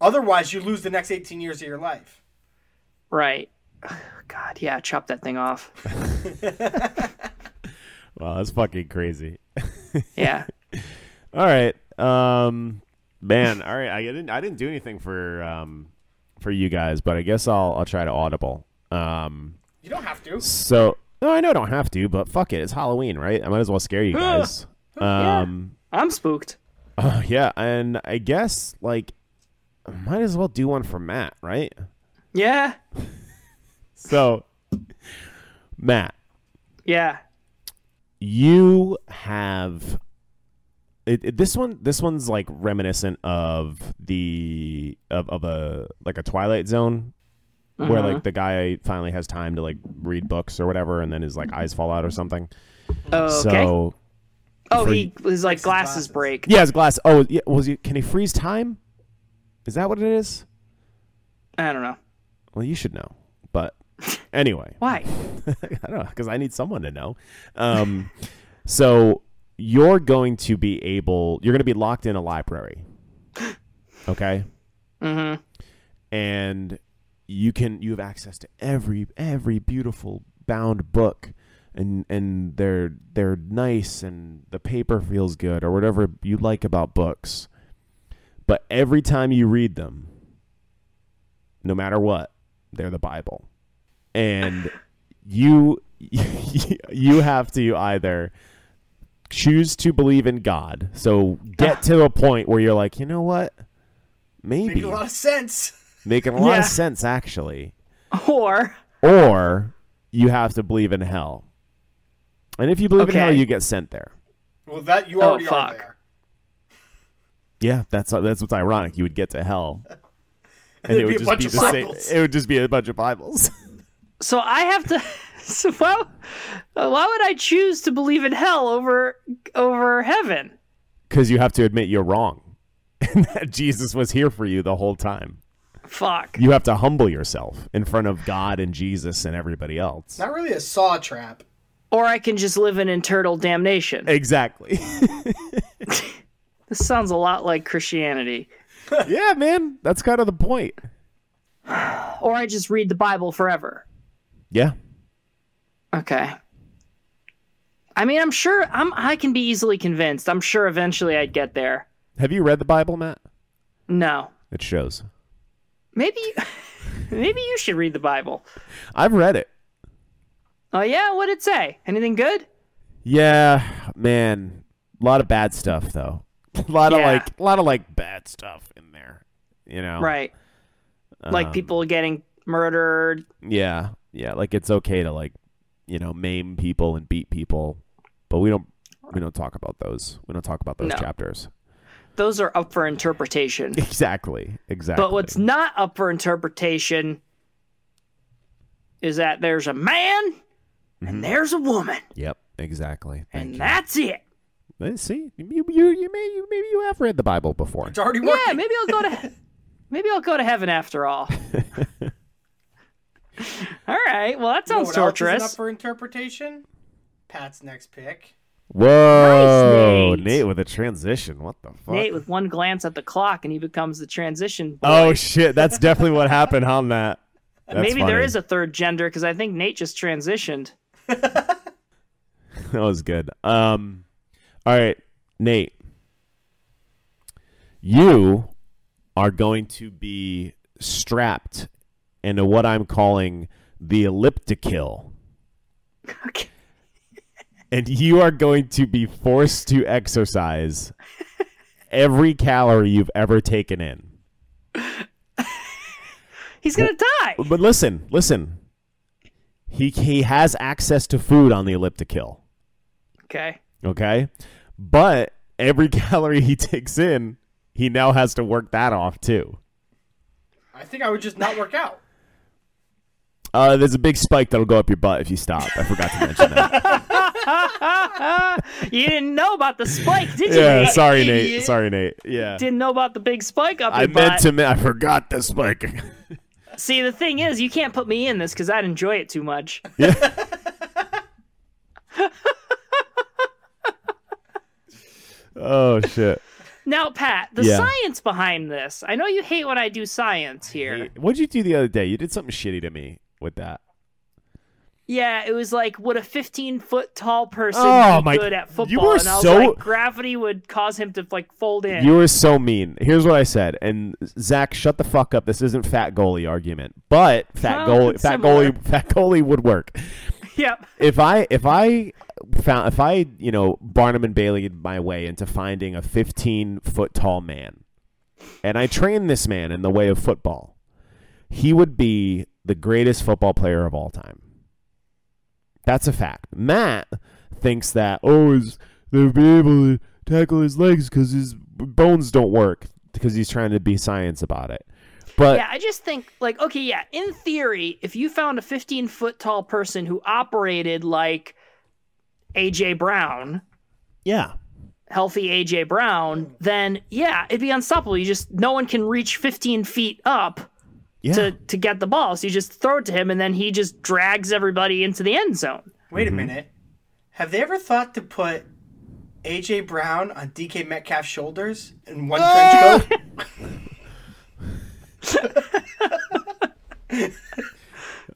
Speaker 4: Otherwise, you lose the next 18 years of your life.
Speaker 1: Right. God, yeah, chop that thing off.
Speaker 3: Wow, that's fucking crazy.
Speaker 1: Yeah.
Speaker 3: All right. Um man, all right. I didn't I didn't do anything for um for you guys, but I guess I'll I'll try to audible. Um
Speaker 4: You don't have to.
Speaker 3: so no, I know I don't have to, but fuck it. It's Halloween, right? I might as well scare you guys. Um
Speaker 1: I'm spooked.
Speaker 3: yeah. yeah, and I guess like I might as well do one for Matt, right?
Speaker 1: Yeah.
Speaker 3: So Matt,
Speaker 1: Yeah.
Speaker 3: you have it, it- this one this one's like reminiscent of the of, of a like a twilight zone where like the guy finally has time to like read books or whatever and then his like eyes fall out or something
Speaker 1: Okay.
Speaker 3: so
Speaker 1: oh,
Speaker 3: for-
Speaker 1: he his like
Speaker 4: Fix the
Speaker 1: glasses
Speaker 4: glasses.
Speaker 1: break.
Speaker 3: yeah his glass oh yeah was he can he freeze time is that what it is
Speaker 1: I don't know.
Speaker 3: well you should know but anyway
Speaker 1: Why?
Speaker 3: I don't know because I need someone to know. Um, so you're going to be able, you're going to be locked in a library, okay?
Speaker 1: Mhm.
Speaker 3: And you can you have access to every every beautiful bound book, and and they're they're nice and the paper feels good or whatever you like about books. But every time you read them, no matter what, they're the Bible, and you you have to either choose to believe in God. So get to a point where you're like, you know what?
Speaker 4: Make
Speaker 3: Maybe
Speaker 4: a lot of sense.
Speaker 3: making a lot
Speaker 1: Yeah.
Speaker 3: of sense actually.
Speaker 1: Or
Speaker 3: or you have to believe in hell. And if you believe in hell,
Speaker 1: Okay.
Speaker 3: you get sent there.
Speaker 4: Well, that you
Speaker 1: Oh,
Speaker 4: already are
Speaker 1: fuck.
Speaker 4: there.
Speaker 3: Yeah, that's that's what's ironic. You would get to hell, and
Speaker 4: There'd
Speaker 3: it
Speaker 4: be a
Speaker 3: would just
Speaker 4: bunch
Speaker 3: be
Speaker 4: of
Speaker 3: the same.
Speaker 4: Bibles.
Speaker 3: It would just be a bunch of Bibles.
Speaker 1: so I have to. So why, why would I choose to believe in hell over over heaven?
Speaker 3: because you have to admit you're wrong and that Jesus was here for you the whole time.
Speaker 1: Fuck.
Speaker 3: You have to humble yourself in front of God and Jesus and everybody else.
Speaker 4: Not really a saw trap.
Speaker 1: Or I can just live in eternal damnation.
Speaker 3: Exactly.
Speaker 1: This sounds a lot like Christianity.
Speaker 3: yeah, man, that's kind of the point.
Speaker 1: Or I just read the Bible forever.
Speaker 3: Yeah.
Speaker 1: Okay. I mean, I'm sure I'm I can be easily convinced. I'm sure eventually I'd get there.
Speaker 3: Have you read the Bible, Matt?
Speaker 1: No.
Speaker 3: It shows.
Speaker 1: Maybe maybe you should read the Bible.
Speaker 3: I've read it.
Speaker 1: Oh yeah, what'd it say? Anything good?
Speaker 3: Yeah, man. A lot of bad stuff though. A lot of
Speaker 1: Yeah.
Speaker 3: like a lot of like bad stuff in there. You know.
Speaker 1: Right. Like
Speaker 3: Um,
Speaker 1: people getting murdered.
Speaker 3: Yeah. Yeah, like it's okay to like, you know, maim people and beat people, but we don't we don't talk about those. We don't talk about those
Speaker 1: No.
Speaker 3: chapters.
Speaker 1: Those are up for interpretation.
Speaker 3: Exactly. Exactly.
Speaker 1: But what's not up for interpretation is that there's a man and there's a woman,
Speaker 3: Yep, exactly. Mm-hmm. Thank
Speaker 1: and
Speaker 3: you.
Speaker 1: that's it.
Speaker 3: Let's see. You you you may you maybe you have read the Bible before.
Speaker 4: It's already
Speaker 1: Yeah,
Speaker 4: working.
Speaker 1: maybe I'll go to maybe I'll go to heaven after all. all right. Well, that
Speaker 4: You know
Speaker 1: sounds
Speaker 4: what else isn't
Speaker 1: torturous.
Speaker 4: up for interpretation. Pat's next pick.
Speaker 3: Whoa,
Speaker 1: Nate.
Speaker 3: with a transition. What the fuck?
Speaker 1: Nate, with one glance at the clock, and he becomes the transition.
Speaker 3: oh shit, that's definitely what happened on that. That's
Speaker 1: Maybe there
Speaker 3: funny.
Speaker 1: is a third gender because I think Nate just transitioned.
Speaker 3: that was good. Um, all right, Nate, you are going to be strapped into what I'm calling the elliptical,
Speaker 1: Okay.
Speaker 3: and you are going to be forced to exercise every calorie you've ever taken in.
Speaker 1: He's gonna die.
Speaker 3: But listen, listen. He he has access to food on the elliptical.
Speaker 1: Okay.
Speaker 3: Okay. But every calorie he takes in, he now has to work that off too.
Speaker 4: I think I would just not work out.
Speaker 3: Uh, there's a big spike that'll go up your butt if you stop. I forgot to mention that.
Speaker 1: You didn't know about the spike, did you?
Speaker 3: yeah,
Speaker 1: Nate?
Speaker 3: sorry,
Speaker 4: idiot.
Speaker 3: Nate. Sorry, Nate. Yeah.
Speaker 1: Didn't know about the big spike up your
Speaker 3: I meant
Speaker 1: butt.
Speaker 3: to. Me- I forgot the spike.
Speaker 1: See, the thing is, you can't put me in this because I'd enjoy it too much.
Speaker 3: oh shit.
Speaker 1: Now, Pat, the
Speaker 3: Yeah.
Speaker 1: science behind this. I know you hate when I do science here.
Speaker 3: What'd you do the other day? You did something shitty to me with that.
Speaker 1: Yeah, it was like, would a 15 foot tall person
Speaker 3: Oh,
Speaker 1: be
Speaker 3: my-
Speaker 1: good at
Speaker 3: you
Speaker 1: football?
Speaker 3: were
Speaker 1: and I was
Speaker 3: so-
Speaker 1: like, gravity would cause him to like fold in.
Speaker 3: You were so mean. Here's what I said, and Zach, shut the fuck up. This isn't fat goalie argument, but fat
Speaker 1: Well,
Speaker 3: goalie,
Speaker 1: it's
Speaker 3: fat
Speaker 1: similar.
Speaker 3: goalie, fat goalie would work.
Speaker 1: Yep.
Speaker 3: if I if I found if I you know Barnum and Bailey my way into finding a 15 foot tall man, and I trained this man in the way of football, he would be the greatest football player of all time. That's a fact. Matt thinks that oh, is they'll be able to tackle his legs because his bones don't work because he's trying to be science about it. But
Speaker 1: Yeah, I just think like, okay, yeah, in theory, if you found a 15 foot tall person who operated like AJ Brown,
Speaker 3: yeah,
Speaker 1: healthy AJ
Speaker 3: Mm.
Speaker 1: Brown, then yeah, it'd be unstoppable. You just no one can reach 15 feet up
Speaker 3: yeah.
Speaker 1: to to get the ball. So you just throw it to him, and then he just drags everybody into the end zone.
Speaker 4: Wait a minute. Have they ever thought to put AJ Brown on DK Metcalf's shoulders in one trench coat?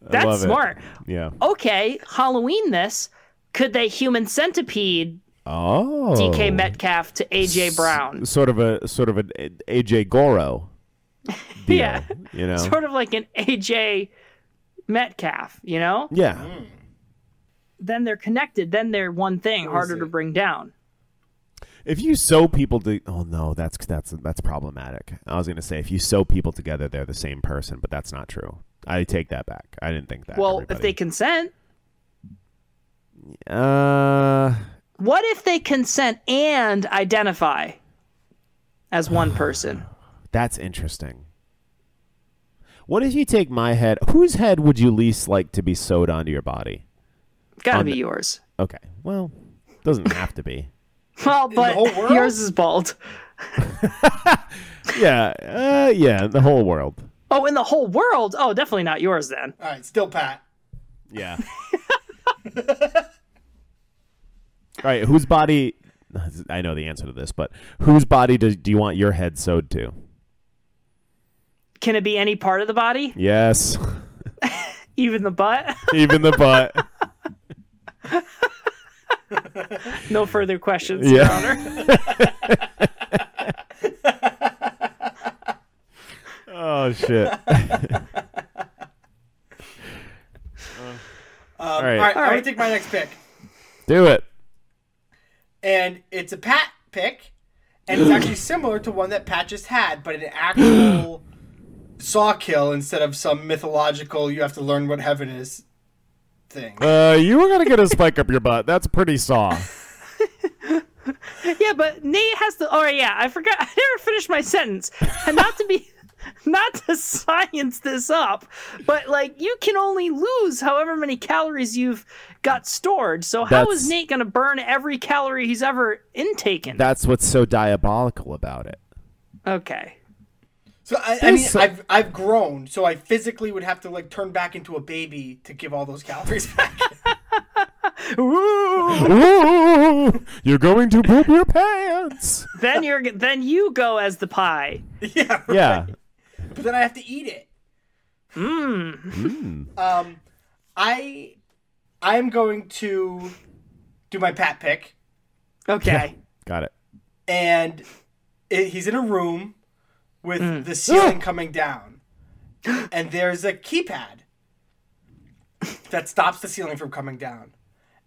Speaker 1: That's
Speaker 3: love it.
Speaker 1: smart.
Speaker 3: yeah.
Speaker 1: Okay, Halloween this. Could they human centipede
Speaker 3: Oh,
Speaker 1: DK Metcalf to AJ Brown?
Speaker 3: sort of a sort of an A- AJ Goro. Deal,
Speaker 1: Yeah.
Speaker 3: you know.
Speaker 1: Sort of like an AJ Metcalf, you know?
Speaker 3: yeah,
Speaker 1: Then they're connected, then they're one thing, harder to bring down.
Speaker 3: if you sew people to oh no, that's that's that's problematic. I was gonna say if you sew people together, they're the same person, but that's not true. I take that back. I didn't think that.
Speaker 1: Well, if they
Speaker 3: everybody.
Speaker 1: consent,
Speaker 3: uh,
Speaker 1: what if they consent and identify as one person?
Speaker 3: that's interesting. What if you take my head? Whose head would you least like to be sewed onto your body?
Speaker 1: Gotta
Speaker 3: On
Speaker 1: be
Speaker 3: the-
Speaker 1: yours.
Speaker 3: Okay, well, doesn't have to be.
Speaker 1: Well, but
Speaker 4: whole world?
Speaker 1: yours is bald.
Speaker 3: Yeah, uh, yeah, the whole world.
Speaker 1: Oh, in the whole world? Oh, definitely not yours then.
Speaker 4: All right, still Pat.
Speaker 3: Yeah. All right, whose body? I know the answer to this, but whose body do, do you want your head sewed to?
Speaker 1: Can it be any part of the body?
Speaker 3: Yes,
Speaker 1: Even the butt?
Speaker 3: even the butt.
Speaker 1: no further questions.
Speaker 3: yeah. oh shit.
Speaker 4: Um, all
Speaker 3: right.
Speaker 4: right, I'm gonna
Speaker 1: right.
Speaker 4: take my next pick,
Speaker 3: Do it.
Speaker 4: and it's a Pat pick, and it's actually similar to one that Pat just had, but an actual saw kill instead of some mythological "you have to learn what heaven is" thing.
Speaker 3: Uh, you were gonna get a spike up your butt. That's pretty saw.
Speaker 1: Yeah, but Nate has to. Oh, yeah, I forgot. I never finished my sentence. And not to be. Not to science this up, but like you can only lose however many calories you've got stored. So how
Speaker 3: That's-
Speaker 1: is Nate going to burn every calorie he's ever intaken?
Speaker 3: That's what's so diabolical about it.
Speaker 1: okay.
Speaker 4: So I, I mean,
Speaker 3: so-
Speaker 4: I've I've grown, so I physically would have to like turn back into a baby to give all those calories back.
Speaker 1: Ooh,
Speaker 3: Ooh, you're going to poop your pants.
Speaker 1: then you're then you go as the pie.
Speaker 4: yeah,
Speaker 3: Yeah.
Speaker 4: but then I have to eat it. Um, I I am going to do my Pat pick,
Speaker 1: Okay.
Speaker 3: Got it.
Speaker 4: and it, he's in a room with the ceiling coming down, and there's a keypad that stops the ceiling from coming down,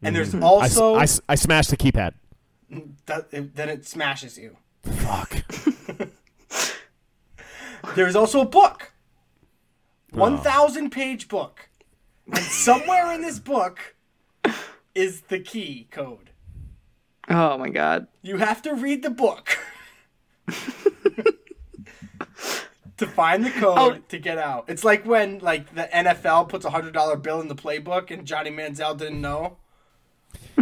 Speaker 4: and there's
Speaker 3: I s-
Speaker 4: also
Speaker 3: I s- I smashed the keypad.
Speaker 4: that- it- then it smashes you.
Speaker 3: Fuck.
Speaker 4: There's also a book. 1,000 page book. And somewhere in this book is the key code.
Speaker 1: Oh my god.
Speaker 4: You have to read the book to find the code
Speaker 1: Oh.
Speaker 4: to get out. It's like when like the NFL puts a hundred dollar bill in the playbook and Johnny Manziel didn't know.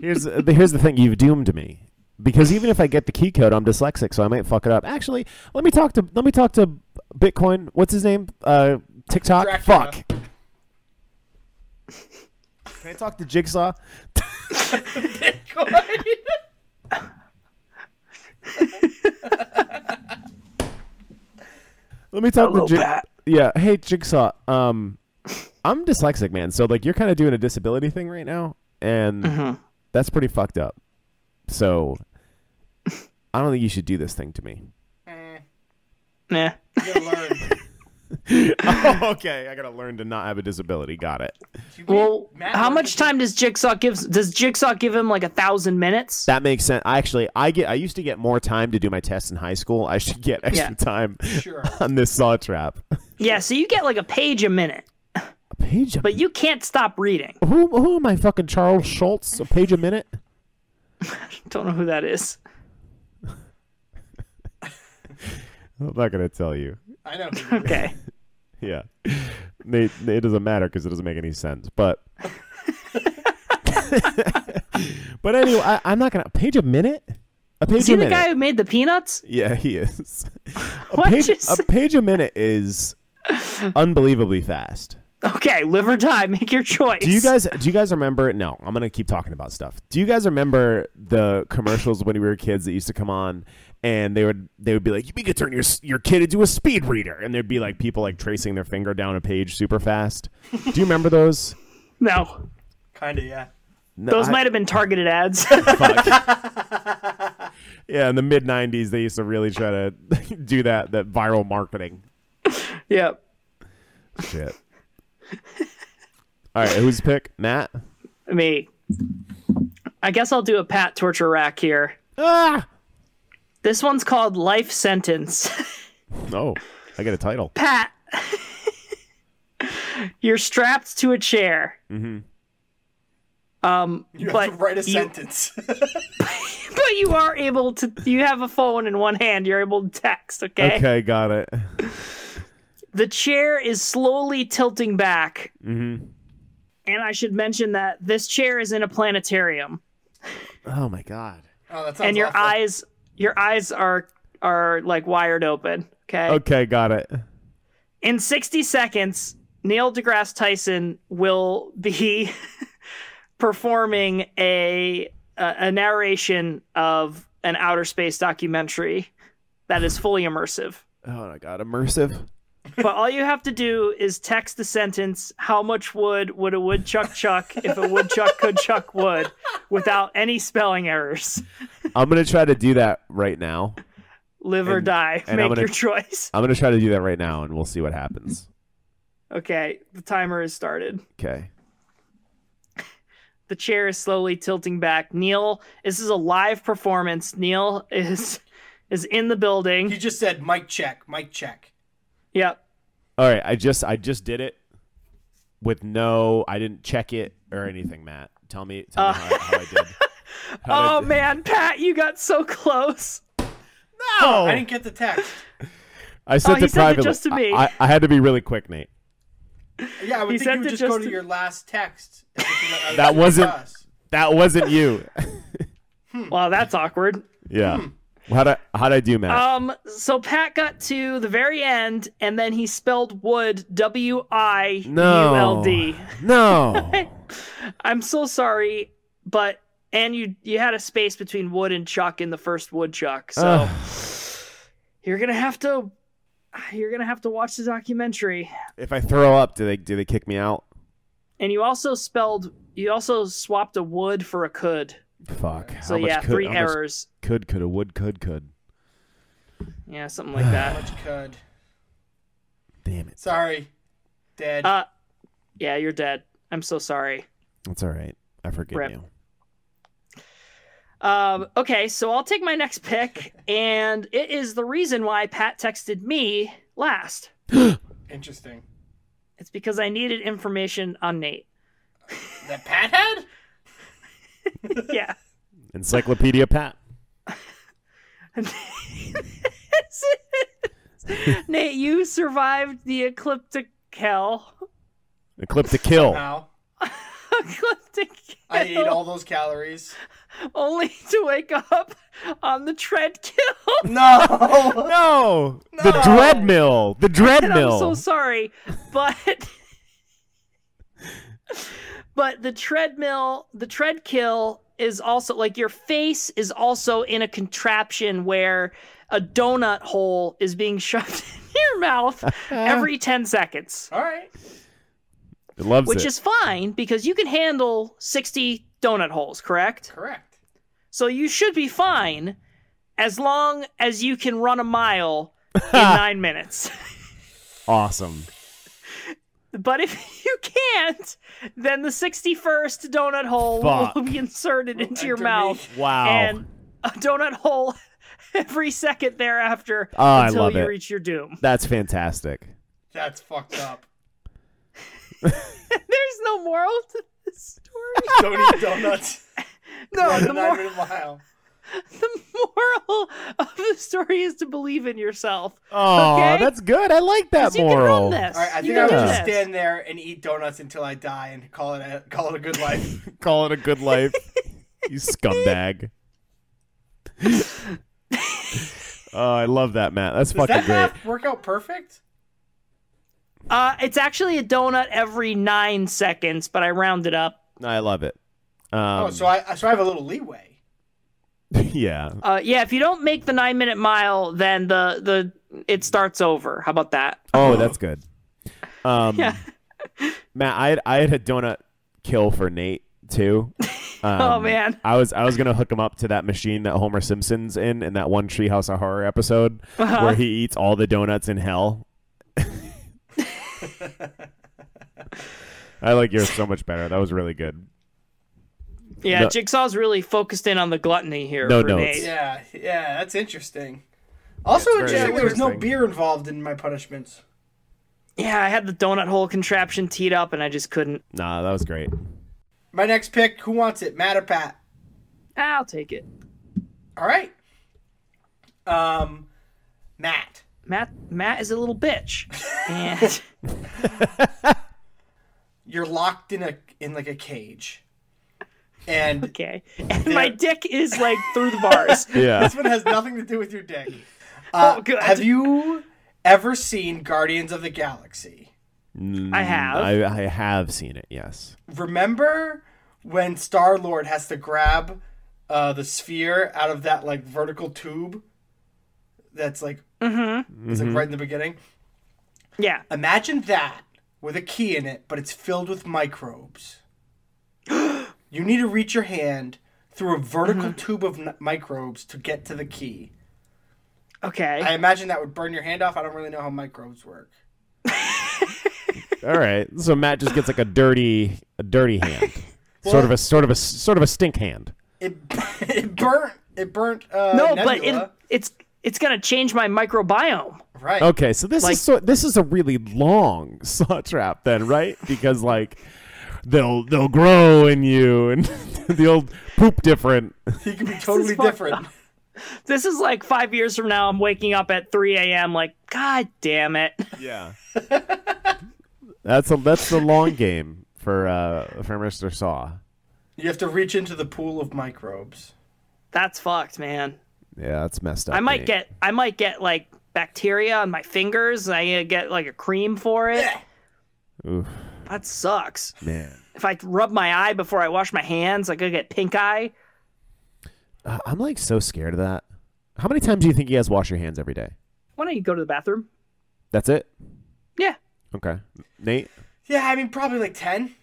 Speaker 3: Here's uh, the, here's the thing. You've doomed me because even if I get the key code, I'm dyslexic, so I might fuck it up. Actually, let me talk to let me talk to Bitcoin. What's his name? Uh, TikTok.
Speaker 4: Dracula.
Speaker 3: Fuck. Can I talk to Jigsaw? Let me talk
Speaker 1: Hello,
Speaker 3: to Jig.
Speaker 1: Pat.
Speaker 3: Yeah. Hey, Jigsaw. Um, I'm dyslexic, man. So like, you're kind of doing a disability thing right now, and
Speaker 1: Mm-hmm.
Speaker 3: that's pretty fucked up. So, I don't think you should do this thing to me.
Speaker 1: Yeah.
Speaker 4: You gotta learn.
Speaker 3: oh, okay. I gotta learn to not have a disability. Got it.
Speaker 4: You read-
Speaker 1: Well,
Speaker 4: Matt
Speaker 1: how
Speaker 4: learned
Speaker 1: much
Speaker 4: to-
Speaker 1: time does Jigsaw gives? Does Jigsaw give him like a thousand minutes?
Speaker 3: That makes sense. I actually, I get, I used to get more time to do my tests in high school. I should get extra
Speaker 1: Yeah.
Speaker 3: time
Speaker 4: Sure.
Speaker 3: on this saw trap.
Speaker 1: yeah. So you get like a page a minute,
Speaker 3: A page, a,
Speaker 1: but you can't stop reading.
Speaker 3: who, who am I? Fucking Charles Schultz? A page a minute?
Speaker 1: Don't know who that is.
Speaker 3: I'm not gonna tell you.
Speaker 4: I know. who you are.
Speaker 1: Okay.
Speaker 3: Yeah, Nate, it doesn't matter because it doesn't make any sense. But, but anyway, I, I'm not gonna page a minute. A page
Speaker 1: Is he
Speaker 3: a
Speaker 1: the
Speaker 3: minute.
Speaker 1: guy who made the peanuts?
Speaker 3: Yeah, he is. A
Speaker 1: What'd
Speaker 3: page,
Speaker 1: you
Speaker 3: a
Speaker 1: say?
Speaker 3: page a minute is unbelievably fast.
Speaker 1: Okay, live or die. Make your choice.
Speaker 3: Do you guys do you guys remember? No, I'm gonna keep talking about stuff. Do you guys remember the commercials when we were kids that used to come on, and they would they would be like, "You could turn your s- your kid into a speed reader," and there'd be like people like tracing their finger down a page super fast. Do you remember those?
Speaker 1: No,
Speaker 4: Kinda, yeah.
Speaker 3: No,
Speaker 1: those
Speaker 3: I-
Speaker 1: might have been targeted ads.
Speaker 3: yeah, in the mid '90s, they used to really try to do that that viral marketing
Speaker 1: yep.
Speaker 3: shit. All right, who's pick? Matt.
Speaker 1: Me. I guess I'll do a pat torture rack here.
Speaker 3: Ah.
Speaker 1: This one's called life sentence.
Speaker 3: No. I get a title.
Speaker 1: Pat, you're strapped to a chair. Um,
Speaker 4: You
Speaker 1: but
Speaker 4: have to write a
Speaker 1: you-
Speaker 4: sentence.
Speaker 1: but you are able to. You have a phone in one hand. You're able to text. Okay.
Speaker 3: Okay, got it.
Speaker 1: The chair is slowly tilting back,
Speaker 3: hmm
Speaker 1: and I should mention that this chair is in a planetarium,
Speaker 3: Oh my god.
Speaker 4: oh, that sounds
Speaker 1: and your
Speaker 4: awful.
Speaker 1: eyes, your eyes are are like wired open. Okay.
Speaker 3: Okay, got it.
Speaker 1: In 60 seconds, Neil deGrasse Tyson will be performing a a a narration of an outer space documentary that is fully immersive.
Speaker 3: Oh my god, immersive.
Speaker 1: But all you have to do is text the sentence, how much wood would a woodchuck chuck if a woodchuck could chuck wood without any spelling errors?
Speaker 3: I'm gonna try to do that right now.
Speaker 1: Live or
Speaker 3: And-
Speaker 1: die.
Speaker 3: and I'm
Speaker 1: Make
Speaker 3: gonna-
Speaker 1: your choice.
Speaker 3: I'm gonna try to do that right now, and we'll see what happens.
Speaker 1: Okay, the timer is started.
Speaker 3: Okay.
Speaker 1: The chair is slowly tilting back. Neil, this is a live performance. Neil is is in the
Speaker 4: He
Speaker 1: building.
Speaker 4: just said, "Mic check, mic check."
Speaker 1: Yep.
Speaker 3: All right. I just I just did it with no. I didn't check it or anything. Matt, tell me tell me how, how I did. How
Speaker 1: Uh. Oh
Speaker 3: did-
Speaker 1: man, Pat, you got so close.
Speaker 4: I didn't get the text.
Speaker 3: I sent
Speaker 1: Oh, he sent
Speaker 3: it
Speaker 1: it
Speaker 3: privately.
Speaker 1: just to me.
Speaker 3: I, I, I had to be really quick, Nate.
Speaker 4: Yeah, I would
Speaker 1: He
Speaker 4: think
Speaker 1: sent
Speaker 4: you would
Speaker 1: it
Speaker 4: just,
Speaker 1: just
Speaker 4: go to,
Speaker 1: to-
Speaker 4: your last text.
Speaker 3: That wasn't- That wasn't you.
Speaker 1: Wow, that's awkward.
Speaker 3: yeah. How'd I how'd I do, Matt?
Speaker 1: Um, so Pat got to the very end, and then he spelled wood W I U L
Speaker 3: no.
Speaker 1: D.
Speaker 3: No.
Speaker 1: I'm so sorry, but and you you had a space between wood and chuck in the first wood chuck, so
Speaker 3: Ugh.
Speaker 1: you're gonna have to you're gonna have to watch the documentary.
Speaker 3: if I throw up, do they do they kick me out?
Speaker 1: And you also spelled you also swapped a wood for a could.
Speaker 3: Fuck. How
Speaker 1: So
Speaker 3: much
Speaker 1: yeah,
Speaker 3: could,
Speaker 1: three
Speaker 3: how much
Speaker 1: errors.
Speaker 3: Could could a would could could.
Speaker 1: Yeah, something like that.
Speaker 4: Much could.
Speaker 3: Damn it.
Speaker 4: Sorry, dead.
Speaker 1: Uh, yeah, you're dead. I'm so sorry.
Speaker 3: That's all right. I forgive
Speaker 1: Rip.
Speaker 3: you.
Speaker 1: Um, okay, so I'll take my next pick, and it is the reason why Pat texted me last.
Speaker 4: Interesting.
Speaker 1: It's because I needed information on Nate.
Speaker 4: That Pat had.
Speaker 1: Yeah.
Speaker 3: Encyclopedia Pat.
Speaker 1: Nate, you survived the ecliptic hell.
Speaker 3: Ecliptic
Speaker 1: Oh.
Speaker 3: kill.
Speaker 4: Now
Speaker 1: ecliptic
Speaker 4: I ate all those calories.
Speaker 1: only to wake up on the treadkill.
Speaker 4: No.
Speaker 3: No! The dreadmill. The
Speaker 1: and
Speaker 3: dreadmill.
Speaker 1: I'm so sorry, but but the treadmill, the treadkill is also like your face is also in a contraption where a donut hole is being shoved in your mouth every 10 seconds,
Speaker 4: all right.
Speaker 3: it loves
Speaker 1: which
Speaker 3: it.
Speaker 1: is fine because you can handle 60 donut holes, correct?
Speaker 4: Correct.
Speaker 1: So you should be fine as long as you can run a mile in 9 minutes.
Speaker 3: awesome.
Speaker 1: But if you can't, then the 61st donut hole will
Speaker 3: Fuck.
Speaker 1: be inserted into your
Speaker 4: Enter me.
Speaker 1: mouth
Speaker 3: Wow.
Speaker 1: and a donut hole every second thereafter
Speaker 3: Oh, I
Speaker 1: until
Speaker 3: love
Speaker 1: you
Speaker 3: it.
Speaker 1: reach your doom.
Speaker 3: That's fantastic.
Speaker 4: That's fucked up.
Speaker 1: There's no moral to this story.
Speaker 4: Don't eat donuts.
Speaker 1: No,
Speaker 4: Run a
Speaker 1: the,
Speaker 4: nine
Speaker 1: mor-
Speaker 4: minute mile.
Speaker 1: the moral of the story is to believe in yourself.
Speaker 3: Oh,
Speaker 1: Okay?
Speaker 3: that's good. I like that
Speaker 1: 'Cause you can
Speaker 3: moral.
Speaker 1: run this.
Speaker 4: All right, I
Speaker 1: you
Speaker 4: think
Speaker 1: can
Speaker 4: I would
Speaker 1: do
Speaker 4: just
Speaker 1: this.
Speaker 4: stand there and eat donuts until I die and call it a call it a good life.
Speaker 3: Call it a good life. you scumbag. oh, I love that, Matt. That's
Speaker 4: Does
Speaker 3: fucking
Speaker 4: that
Speaker 3: great.
Speaker 4: math work out perfect?
Speaker 1: Uh, it's actually a donut every nine seconds, but I rounded up.
Speaker 3: I love it. Um,
Speaker 4: oh, so I so I have a little leeway.
Speaker 3: yeah.
Speaker 1: Uh, yeah, if you don't make the nine minute mile, then the the it starts over. How about that?
Speaker 3: Oh, that's good. Um,
Speaker 1: Yeah.
Speaker 3: Matt, I had, I had a donut kill for Nate too. Um,
Speaker 1: Oh, man.
Speaker 3: I was I was gonna hook him up to that machine that Homer Simpson's in in that one Treehouse of Horror episode
Speaker 1: Uh-huh.
Speaker 3: where he eats all the donuts in hell. I like yours so much better. That was really good.
Speaker 1: Yeah,
Speaker 3: No.
Speaker 1: Jigsaw's really focused in on the gluttony here.
Speaker 3: No
Speaker 1: for
Speaker 3: notes.
Speaker 1: Nate.
Speaker 4: Yeah, yeah, that's interesting. Also
Speaker 3: it's very
Speaker 4: interesting. There was no
Speaker 3: interesting.
Speaker 4: beer involved in my punishments.
Speaker 1: Yeah, I had the donut hole contraption teed up and I just couldn't.
Speaker 3: Nah, that was great.
Speaker 4: My next pick. Who wants it? Matt or Pat?
Speaker 1: Ah, I'll take it.
Speaker 4: All right. Um, Matt.
Speaker 1: Matt Matt is a little bitch. And
Speaker 4: you're locked in a in like a cage, and
Speaker 1: okay. And my dick is like through the bars.
Speaker 3: Yeah.
Speaker 4: this one has nothing to do with your dick. Uh,
Speaker 1: Oh, good.
Speaker 4: Have you ever seen Guardians of the Galaxy?
Speaker 1: I have.
Speaker 3: Mm, I, I have seen it, yes.
Speaker 4: Remember when Star Lord has to grab uh, the sphere out of that like vertical tube? That's like
Speaker 1: Mm-hmm.
Speaker 4: it's like right in the beginning.
Speaker 1: yeah.
Speaker 4: Imagine that with a key in it, but it's filled with microbes. you need to reach your hand through a vertical
Speaker 3: Mm-hmm.
Speaker 4: tube of n- microbes to get to the key.
Speaker 1: Okay.
Speaker 4: I imagine that would burn your hand off. I don't really know how microbes work.
Speaker 3: All right. So Matt just gets like a dirty a dirty hand. sort of a sort of a sort of a stink hand.
Speaker 4: It it burnt it burnt uh,
Speaker 1: no, but
Speaker 4: Nebula.
Speaker 1: it, it's it's gonna change my microbiome.
Speaker 4: right.
Speaker 3: Okay, so this
Speaker 1: Like-
Speaker 3: is so, this is a really long saw trap then, right? Because like they'll they'll grow in you and the old poop different.
Speaker 4: He could be totally
Speaker 1: fucked
Speaker 4: different.
Speaker 1: This is like five years from now. I'm waking up at 3 a.m. Like, God damn it.
Speaker 3: Yeah. that's a that's the long game for uh for Mr. Saw.
Speaker 4: You have to reach into the pool of microbes.
Speaker 1: That's fucked, man.
Speaker 3: Yeah, that's messed up.
Speaker 1: I might
Speaker 3: Nate.
Speaker 1: get I might get like bacteria on my fingers. And I gotta get like a cream for it.
Speaker 3: Oof,
Speaker 1: That sucks.
Speaker 3: man.
Speaker 1: If I rub my eye before I wash my hands, I could get pink eye.
Speaker 3: I- Uh, I'm like so scared of that. How many times do you think you guys wash your hands every day?
Speaker 1: Why don't you go to the bathroom?
Speaker 3: That's it?
Speaker 1: Yeah.
Speaker 3: Okay. Nate?
Speaker 4: Yeah, I mean probably like ten.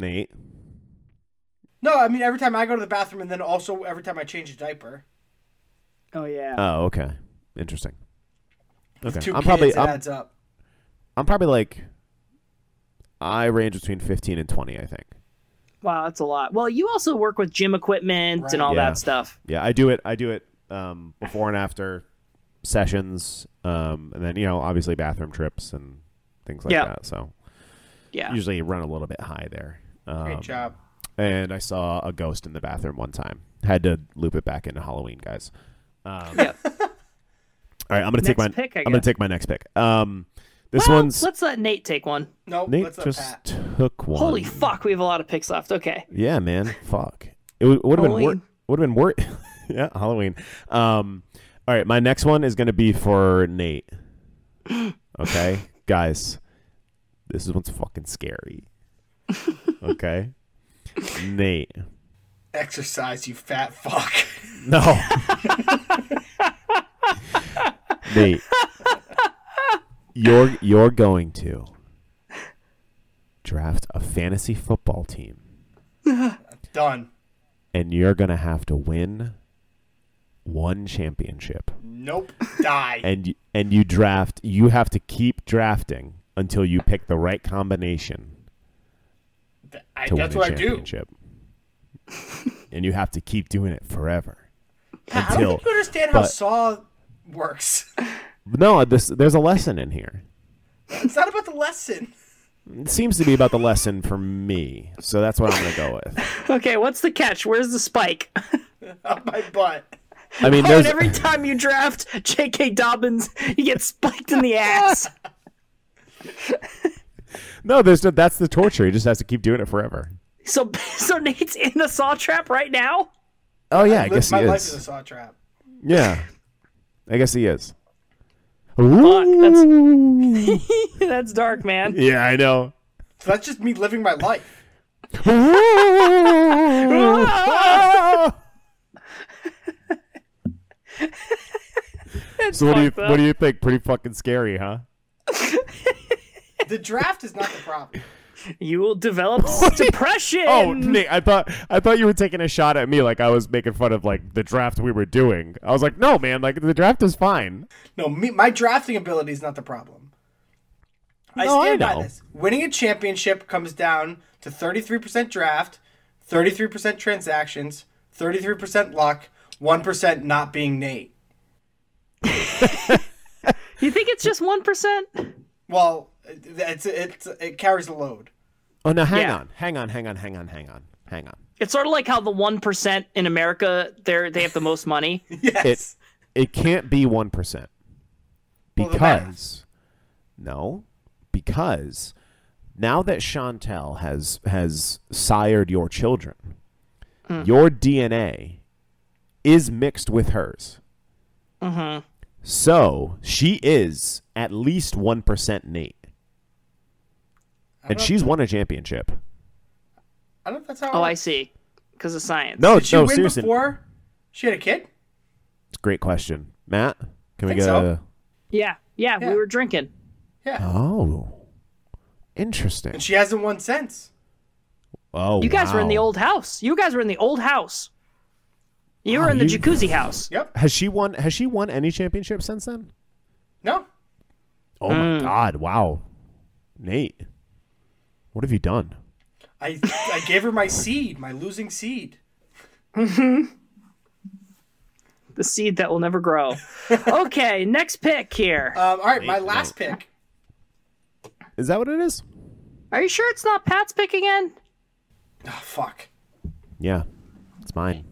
Speaker 3: Nate.
Speaker 4: No, I mean every time I go to the bathroom, and then also every time I change a diaper.
Speaker 1: Oh yeah.
Speaker 3: Oh, okay. Interesting. Okay.
Speaker 4: Two
Speaker 3: I'm
Speaker 4: kids,
Speaker 3: probably
Speaker 4: it
Speaker 3: I'm,
Speaker 4: adds up.
Speaker 3: I'm probably like I range between 15 and 20, I think.
Speaker 1: wow, that's a lot. Well, you also work with gym equipment
Speaker 4: Right.
Speaker 1: and all
Speaker 3: Yeah.
Speaker 1: that stuff.
Speaker 3: Yeah, I do it I do it um, before and after sessions um, and then you know, obviously bathroom trips and things like
Speaker 1: Yeah.
Speaker 3: that. So,
Speaker 1: Yeah.
Speaker 3: usually run a little bit high there. Um,
Speaker 4: Great job.
Speaker 3: and I saw a ghost in the bathroom one time. Had to loop it back into Halloween, guys. Um,
Speaker 1: Yep.
Speaker 3: All right, I'm gonna take my
Speaker 1: Next pick, I
Speaker 3: I'm gonna
Speaker 1: guess.
Speaker 3: take my next pick. Um, this
Speaker 1: Well,
Speaker 3: one's
Speaker 1: let's let Nate take one.
Speaker 4: No,
Speaker 3: Nate
Speaker 4: let's let
Speaker 3: just
Speaker 4: Pat.
Speaker 3: took one.
Speaker 1: Holy fuck, we have a lot of picks left. Okay.
Speaker 3: Yeah, man. Fuck. It would have been wor-
Speaker 1: Halloween.
Speaker 3: would have been wor- Yeah, Halloween. Um, all right, my next one is gonna be for Nate. Okay, guys, this is one's fucking scary. Okay, Nate.
Speaker 4: Exercise, you fat fuck.
Speaker 3: No. Nate, you're you're going to draft a fantasy football team,
Speaker 4: Done.
Speaker 3: and you're gonna have to win one championship.
Speaker 4: Nope. Die.
Speaker 3: And y- and you draft. You have to keep drafting until you pick the right combination
Speaker 4: I,
Speaker 3: to
Speaker 4: that's
Speaker 3: win a
Speaker 4: what I do.
Speaker 3: championship. and you have to keep doing it forever.
Speaker 4: Pat, I don't
Speaker 3: Until-
Speaker 4: think you understand how
Speaker 3: but-
Speaker 4: Saw works.
Speaker 3: No, this there's a lesson in here.
Speaker 4: It's not about the lesson.
Speaker 3: It seems to be about the lesson for me. So that's what I'm going to go with.
Speaker 1: Okay, what's the catch? Where's the spike?
Speaker 4: Up my butt.
Speaker 3: I mean,
Speaker 1: Oh,
Speaker 3: there's
Speaker 1: and every time you draft J.K. Dobbins, you get spiked in the ass.
Speaker 3: no, there's no, that's the torture. He just has to keep doing it forever.
Speaker 1: So, so Nate's in a saw trap right now.
Speaker 3: Oh yeah, I
Speaker 4: Live-
Speaker 3: guess he
Speaker 4: my life is a
Speaker 3: is.
Speaker 4: Saw trap.
Speaker 3: Yeah, I guess he is.
Speaker 1: that's-
Speaker 3: Ooh.
Speaker 1: That's dark, man.
Speaker 3: yeah, I know.
Speaker 4: So that's just me living my life.
Speaker 3: so what do you
Speaker 1: fucked up.
Speaker 3: what do you think? Pretty fucking scary, huh?
Speaker 4: The draft is not the problem.
Speaker 1: You will develop depression.
Speaker 3: Oh, Nate, I thought I thought you were taking a shot at me, like I was making fun of like the draft we were doing. I was like, no, man, like the draft is fine.
Speaker 4: No, me, my drafting ability is not the problem. I
Speaker 3: No, I
Speaker 4: stand
Speaker 3: know.
Speaker 4: by this. Winning a championship comes down to 33% draft, 33% transactions, 33% luck, 1% not being Nate.
Speaker 1: You think it's just one percent?
Speaker 4: Well, it's it's it carries a load.
Speaker 3: Oh no, hang
Speaker 1: Yeah.
Speaker 3: on, hang on, hang on, hang on, hang on, hang on.
Speaker 1: It's sort of like how the one percent in America they they have the most money.
Speaker 4: Yes.
Speaker 3: It can't be one percent
Speaker 4: Well, the math.
Speaker 3: because no, because now that Chantel has has sired your children,
Speaker 4: Mm.
Speaker 3: your DNA is mixed with hers. Mm-hmm. So she is at least one percent Nate, and she's won a championship.
Speaker 4: I don't know if that's how. it
Speaker 1: Oh, I
Speaker 4: works.
Speaker 1: see. Because of science.
Speaker 3: Oh, No,
Speaker 4: Did she
Speaker 3: no,
Speaker 4: win
Speaker 3: seriously,
Speaker 4: before she had a kid?
Speaker 3: great question, Matt. Can we
Speaker 4: Think
Speaker 3: get
Speaker 4: so.
Speaker 3: a
Speaker 1: Yeah, yeah,
Speaker 4: Yeah.
Speaker 1: we were drinking.
Speaker 4: Yeah,
Speaker 3: Oh, interesting.
Speaker 4: and she hasn't won since.
Speaker 3: Oh,
Speaker 1: You guys were in the
Speaker 3: wow.
Speaker 1: old house. You guys were in the old house. You were
Speaker 3: Wow,
Speaker 1: in the
Speaker 3: you-
Speaker 1: jacuzzi house.
Speaker 4: Yep.
Speaker 3: Has she won? Has she won any championship since then?
Speaker 4: No.
Speaker 3: Oh my God! Wow, Nate, what have you done?
Speaker 4: I I gave her my seed, my losing seed.
Speaker 1: The seed that will never grow. okay, next pick here.
Speaker 4: Um, all right, my last pick.
Speaker 3: Is that what it is?
Speaker 1: Are you sure it's not Pat's pick again?
Speaker 4: Oh, fuck.
Speaker 3: Yeah, it's mine.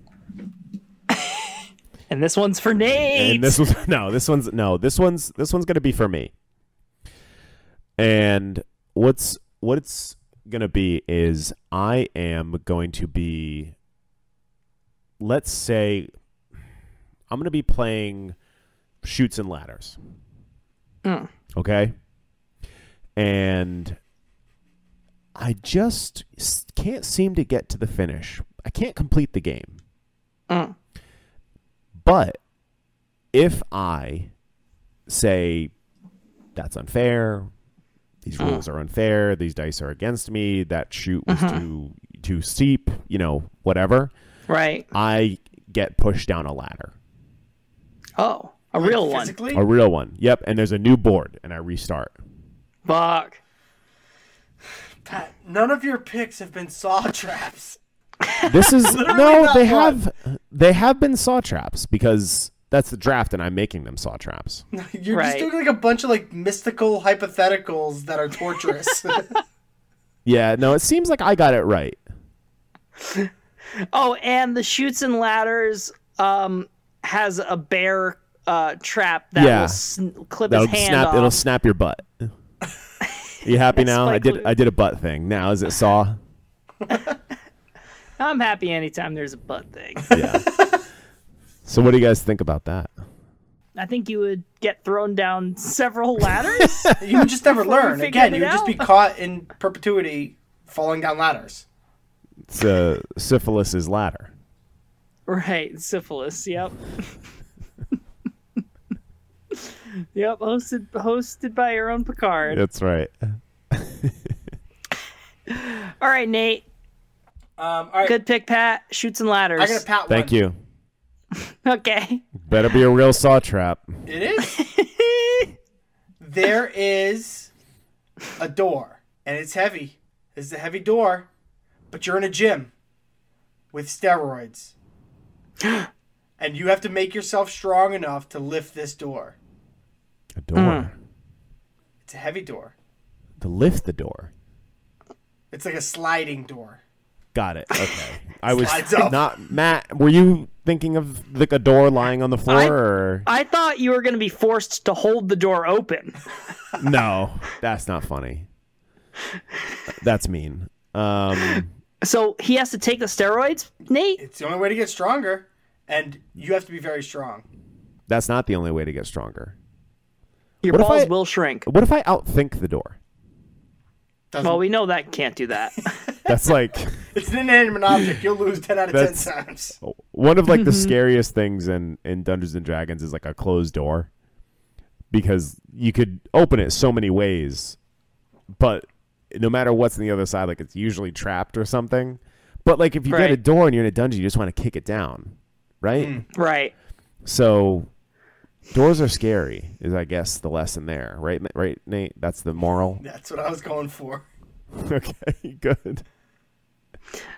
Speaker 1: And this one's for Nate.
Speaker 3: And this was no. This one's no. This one's this one's gonna be for me. And what's what it's gonna be is I am going to be. Let's say, I'm gonna be playing shoots and ladders. Okay. And I just s- can't seem to get to the finish. I can't complete the game.
Speaker 1: Mm.
Speaker 3: But if I say that's unfair, these
Speaker 4: Hmm.
Speaker 3: rules are unfair, these dice are against me, that shoot was
Speaker 4: Mm-hmm.
Speaker 3: too too steep, you know, whatever,
Speaker 1: right.
Speaker 3: I get pushed down a ladder.
Speaker 1: Oh, a real
Speaker 4: Like,
Speaker 1: one.
Speaker 4: Physically?
Speaker 3: A real one. Yep, and there's a new board and I restart.
Speaker 1: Fuck.
Speaker 4: Pat, uh, none of your picks have been saw traps.
Speaker 3: This is
Speaker 4: Literally
Speaker 3: no.
Speaker 4: not
Speaker 3: They
Speaker 4: one.
Speaker 3: have they have been saw traps because that's the draft, and I'm making them saw traps.
Speaker 4: You're
Speaker 1: Right.
Speaker 4: just doing like a bunch of like mystical hypotheticals that are torturous.
Speaker 3: Yeah, no. It seems like I got it right.
Speaker 1: Oh, and the shoots and ladders um has a bear uh trap that
Speaker 3: Yeah.
Speaker 1: will sn- clip
Speaker 3: That'll
Speaker 1: his hand
Speaker 3: snap.
Speaker 1: off.
Speaker 3: It'll snap your butt. You happy now? I
Speaker 1: Spike
Speaker 3: did.
Speaker 1: Lee.
Speaker 3: I did a butt thing. Now is it saw?
Speaker 1: I'm happy anytime there's a butt thing.
Speaker 3: Yeah. so what do you guys think about that?
Speaker 1: I think you would get thrown down several ladders.
Speaker 4: you would just never learn.
Speaker 1: figured
Speaker 4: Again,
Speaker 1: it
Speaker 4: you would just
Speaker 1: out.
Speaker 4: be caught in perpetuity falling down ladders.
Speaker 3: It's uh, syphilis's ladder.
Speaker 1: right, syphilis. Yep. yep, hosted hosted by your own Picard.
Speaker 3: That's right.
Speaker 1: All right, Nate.
Speaker 4: Um, all right,
Speaker 1: Good pick, Pat. Shoots and ladders.
Speaker 4: I got a pat
Speaker 3: Thank
Speaker 4: one.
Speaker 3: you.
Speaker 1: Okay.
Speaker 3: Better be a real saw trap.
Speaker 4: It is. there is a door, and it's heavy. It's a heavy door, but you're in a gym with steroids. and you have to make yourself strong enough to lift this door.
Speaker 3: A door
Speaker 1: Mm.
Speaker 4: It's a heavy door.
Speaker 3: to lift the door.
Speaker 4: It's like a sliding door.
Speaker 3: Got it. Okay. I was
Speaker 4: Slides up.
Speaker 3: not Matt. Were you thinking of like a door lying on the floor,
Speaker 1: I-
Speaker 3: or
Speaker 1: I thought you were going to be forced to hold the door open.
Speaker 3: no? That's not funny. That's mean. Um,
Speaker 1: So he has to take the steroids, Nate?
Speaker 4: It's the only way to get stronger, and you have to be very strong.
Speaker 3: that's not the only way to get stronger.
Speaker 1: Your
Speaker 3: What if
Speaker 1: balls
Speaker 3: I-
Speaker 1: will shrink.
Speaker 3: What if I outthink the door?
Speaker 4: Doesn't,
Speaker 1: Well, we know that can't do that.
Speaker 3: That's like
Speaker 4: it's an inanimate object. You'll lose 10 out of 10
Speaker 3: That's-
Speaker 4: times.
Speaker 3: one of like the scariest things in in Dungeons and Dragons is like a closed door, because you could open it so many ways, but no matter what's on the other side, like it's usually trapped or something. But like if you get a
Speaker 1: Right.
Speaker 3: door and you're in a dungeon, you just want to kick it down, right?
Speaker 1: right.
Speaker 3: So doors are scary is I guess the lesson there, right? Ma- Right, Nate. That's the moral.
Speaker 4: That's what I was going for.
Speaker 3: okay, good.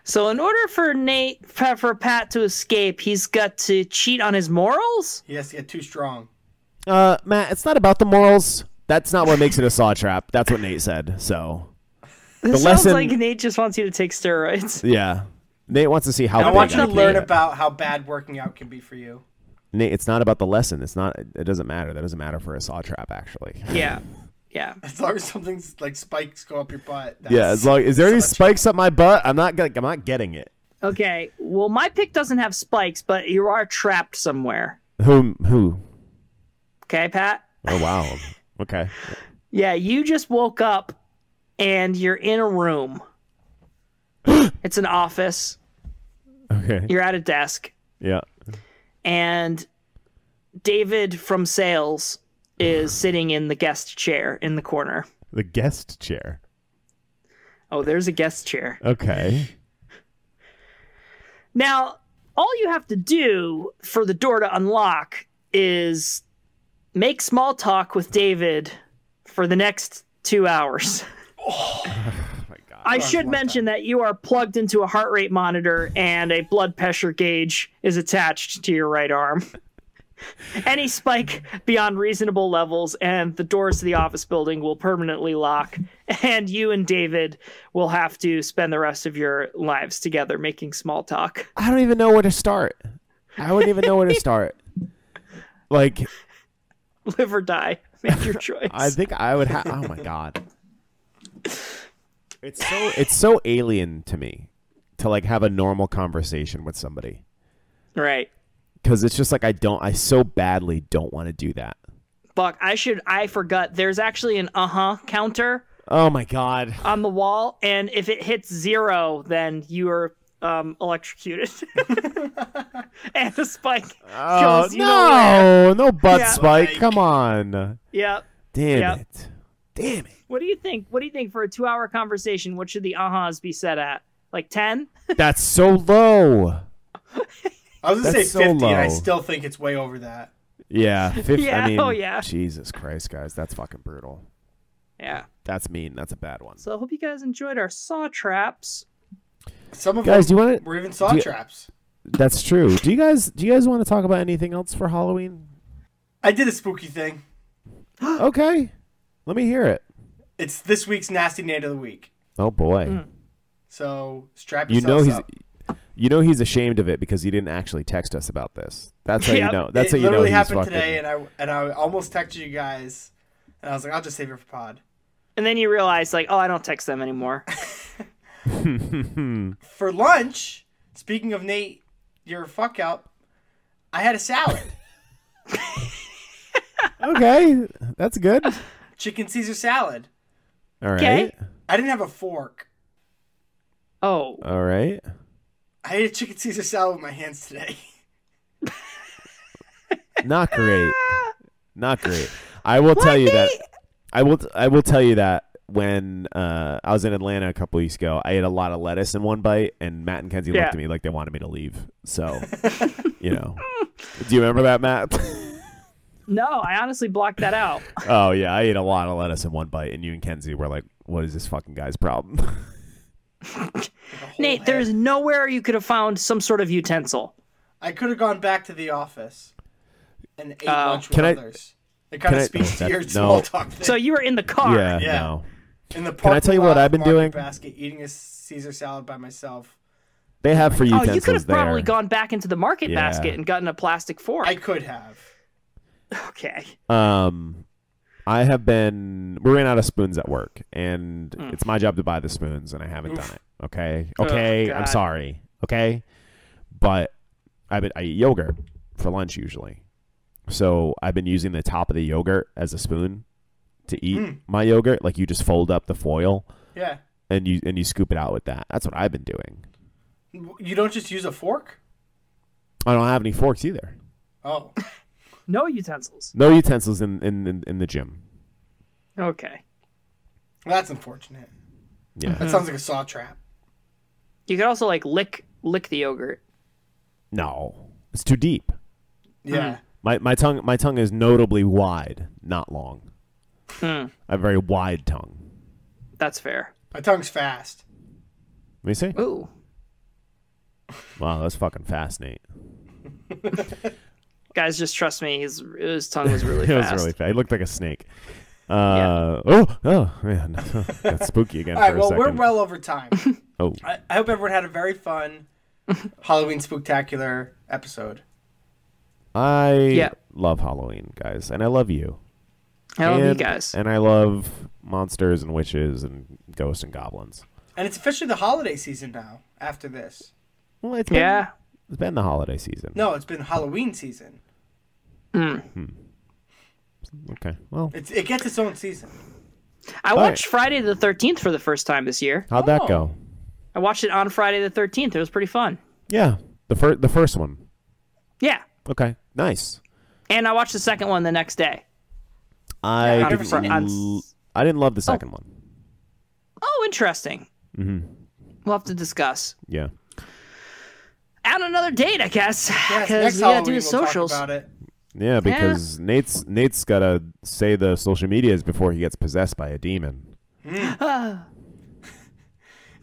Speaker 1: So in order for Nate for Pat to escape, he's got to cheat on his morals?
Speaker 4: He has to get too strong.
Speaker 3: Uh, Matt, it's not about the morals. That's not what makes it a saw trap. That's what Nate said. So,
Speaker 1: This sounds
Speaker 3: lesson-
Speaker 1: like Nate just wants you to take steroids.
Speaker 3: yeah. Nate wants to see how
Speaker 4: I
Speaker 3: big
Speaker 4: want
Speaker 3: I
Speaker 4: you to
Speaker 3: can
Speaker 4: learn
Speaker 3: get.
Speaker 4: about how bad working out can be for you.
Speaker 3: Nate, it's not about the lesson. It's not. It doesn't matter. That doesn't matter for a saw trap, actually.
Speaker 1: Yeah. Yeah.
Speaker 4: As long as something's like spikes go up your butt. That's,
Speaker 3: Yeah. As long is there any spikes up my butt? I'm not. Gonna, I'm not getting it.
Speaker 1: Okay. Well, my pick doesn't have spikes, but you are trapped somewhere.
Speaker 3: Who? Who?
Speaker 1: Okay, Pat?
Speaker 3: Oh wow. Okay.
Speaker 1: Yeah, you just woke up and you're in a room. it's an office.
Speaker 3: Okay.
Speaker 1: You're at a desk.
Speaker 3: Yeah.
Speaker 1: and David from sales is sitting in the guest chair in the corner.
Speaker 3: The guest chair.
Speaker 1: Oh, there's a guest chair.
Speaker 3: Okay.
Speaker 1: Now, all you have to do for the door to unlock is make small talk with David for the next two hours.
Speaker 4: Oh
Speaker 1: I should mention that you are plugged into a heart rate monitor and a blood pressure gauge is attached to your right arm. Any spike beyond reasonable levels, and the doors to the office building will permanently lock, and you and David will have to spend the rest of your lives together making small talk.
Speaker 3: I don't even know where to start. I wouldn't even know where to start. Like,
Speaker 1: Live or die. Make your choice.
Speaker 3: I think I would have. Oh my god. It's so it's so alien to me to like have a normal conversation with somebody
Speaker 1: right.
Speaker 3: because it's just like I don't. I so badly don't want to do that.
Speaker 1: Buck, I should, I forgot. There's actually an uh huh counter
Speaker 3: Oh my god.
Speaker 1: on the wall, and if it hits zero, then you are um, electrocuted. and the spike
Speaker 3: Oh
Speaker 1: goes you know where.
Speaker 3: no, no butt
Speaker 1: Yeah.
Speaker 3: spike. Come on.
Speaker 1: Yep.
Speaker 3: Damn
Speaker 1: Yep.
Speaker 3: it. Damn it.
Speaker 1: What do you think? What do you think for a two-hour conversation? What should the ahas be set at? Like ten?
Speaker 3: That's so low.
Speaker 4: I was gonna
Speaker 3: That's
Speaker 4: say
Speaker 3: so
Speaker 4: fifty, and I
Speaker 3: low.
Speaker 4: still think it's way over that.
Speaker 3: Yeah. Fif-
Speaker 1: Yeah,
Speaker 3: I mean,
Speaker 1: oh, yeah.
Speaker 3: Jesus Christ, guys, that's fucking brutal.
Speaker 1: Yeah.
Speaker 3: That's mean. That's a bad one.
Speaker 1: So I hope you guys enjoyed our saw traps.
Speaker 4: Some of
Speaker 3: Guys, do
Speaker 4: them
Speaker 3: you want to?
Speaker 4: were even saw
Speaker 3: do you-
Speaker 4: traps.
Speaker 3: That's true. Do you guys? Do you guys want to talk about anything else for Halloween?
Speaker 4: I did a spooky thing.
Speaker 3: Okay. Let me hear it.
Speaker 4: It's this week's nasty Nate of the week.
Speaker 3: Oh boy.
Speaker 4: So strap
Speaker 3: You
Speaker 4: yourself
Speaker 3: know he's.
Speaker 4: Mm. up.
Speaker 3: You know he's ashamed of it because he didn't actually text us about this. That's how
Speaker 1: Yep.
Speaker 3: you know. That's
Speaker 4: it
Speaker 3: how you know
Speaker 4: literally
Speaker 3: he's
Speaker 4: happened
Speaker 3: fucking.
Speaker 4: today, and I and I almost texted you guys, and I was like, I'll just save it for pod.
Speaker 1: And then you realize, like, oh, I don't text them anymore.
Speaker 4: For lunch, speaking of Nate, your fuck out, I had a salad,
Speaker 3: Okay, that's good. All
Speaker 4: chicken Caesar salad.
Speaker 3: right.
Speaker 1: Okay.
Speaker 4: I didn't have a fork.
Speaker 1: Oh,
Speaker 3: All right.
Speaker 4: I ate a chicken Caesar salad with my hands today.
Speaker 3: Not great. Not great. I will tell you that. I will. I will tell you that when uh, I was in Atlanta a couple weeks ago, I ate a lot of lettuce in one bite, and Matt and Kenzie
Speaker 1: Yeah.
Speaker 3: looked at me like they wanted me to leave. So, you know, do you remember that, Matt?
Speaker 1: no, I honestly blocked that out.
Speaker 3: oh yeah, I ate a lot of lettuce in one bite, and you and Kenzie were like, "What is this fucking guy's problem?"
Speaker 1: Nate, there's nowhere you could have found some sort of utensil.
Speaker 4: I could have gone back to the office and ate
Speaker 1: Oh.
Speaker 4: lunch with
Speaker 3: Um, Can I-
Speaker 4: others. It
Speaker 3: can
Speaker 4: kind of
Speaker 3: I-
Speaker 4: speaks to
Speaker 3: that-
Speaker 4: your
Speaker 3: no.
Speaker 4: small talk thing.
Speaker 1: So you were in the car.
Speaker 3: yeah,
Speaker 4: Yeah.
Speaker 3: No.
Speaker 4: in the
Speaker 3: I tell you what
Speaker 4: parking lot,
Speaker 3: I've been
Speaker 4: market
Speaker 3: doing?
Speaker 4: Basket eating a Caesar salad by myself.
Speaker 3: They have for
Speaker 1: Oh,
Speaker 3: utensils
Speaker 1: you could have
Speaker 3: there.
Speaker 1: probably gone back into the market
Speaker 3: Yeah.
Speaker 1: basket and gotten a plastic fork.
Speaker 4: I could have.
Speaker 1: Okay.
Speaker 3: Um, I have been. We ran out of spoons at work, and it's my job to buy the spoons, and I haven't done it. Okay, okay,
Speaker 1: God.
Speaker 3: I'm sorry. Okay, but I been I eat yogurt for lunch usually, so I've been using the top of the yogurt as a spoon to eat my yogurt. Like you just fold up the foil
Speaker 4: Yeah.
Speaker 3: and you and you scoop it out with that. That's what I've been doing.
Speaker 4: You don't just use a fork?
Speaker 3: I don't have any forks either.
Speaker 4: Oh.
Speaker 1: No utensils.
Speaker 3: No utensils in in in, in the gym.
Speaker 1: Okay.
Speaker 4: Well, that's unfortunate.
Speaker 3: Yeah.
Speaker 4: That sounds like a saw trap.
Speaker 1: You could also like lick lick the yogurt.
Speaker 3: No, it's too deep.
Speaker 4: Yeah.
Speaker 3: My my tongue my tongue is notably wide, not long.
Speaker 1: Hmm.
Speaker 3: I have a very wide tongue.
Speaker 1: That's fair.
Speaker 4: My tongue's fast.
Speaker 3: Let me see.
Speaker 1: Ooh.
Speaker 3: Wow, that's fucking fast, Nate.
Speaker 1: Guys, just trust me. His, his tongue was really
Speaker 3: It
Speaker 1: fast.
Speaker 3: was really fast. It looked like a snake. Uh, Oh, oh man, got spooky again
Speaker 4: All right,
Speaker 3: for
Speaker 4: well,
Speaker 3: a
Speaker 4: we're
Speaker 3: second.
Speaker 4: well over time.
Speaker 3: oh,
Speaker 4: I, I hope everyone had a very fun Halloween spooktacular episode.
Speaker 3: I
Speaker 1: Yeah.
Speaker 3: love Halloween, guys, and I love you.
Speaker 1: I love you
Speaker 3: And-
Speaker 1: guys.
Speaker 3: And I love monsters and witches and ghosts and goblins.
Speaker 4: And it's officially the holiday season now after this.
Speaker 3: Well, it's been,
Speaker 1: yeah.
Speaker 3: it's been the holiday season.
Speaker 4: No, it's been Halloween season.
Speaker 3: Okay. Well,
Speaker 4: It's, it gets its own season.
Speaker 1: I
Speaker 3: right.
Speaker 1: watched Friday the 13th for the first time this year.
Speaker 3: how'd that go?
Speaker 1: I watched it on Friday the 13th. It was pretty fun.
Speaker 3: Yeah, the first the first one.
Speaker 1: Yeah.
Speaker 3: Okay, nice.
Speaker 1: And I watched the second one the next day.
Speaker 3: I
Speaker 1: Yeah,
Speaker 3: didn't.
Speaker 1: on-
Speaker 3: l- I didn't love the second one.
Speaker 1: Oh, interesting. Mm-hmm. We'll have to discuss.
Speaker 3: Yeah.
Speaker 1: Out another date, I guess.
Speaker 4: Yes,
Speaker 1: Because
Speaker 4: next
Speaker 1: we
Speaker 4: Halloween
Speaker 1: gotta do the
Speaker 4: we'll
Speaker 1: socials.
Speaker 4: talk about it.
Speaker 3: Yeah, because Nate's Nate's gotta say the social medias before he gets possessed by a demon.
Speaker 4: If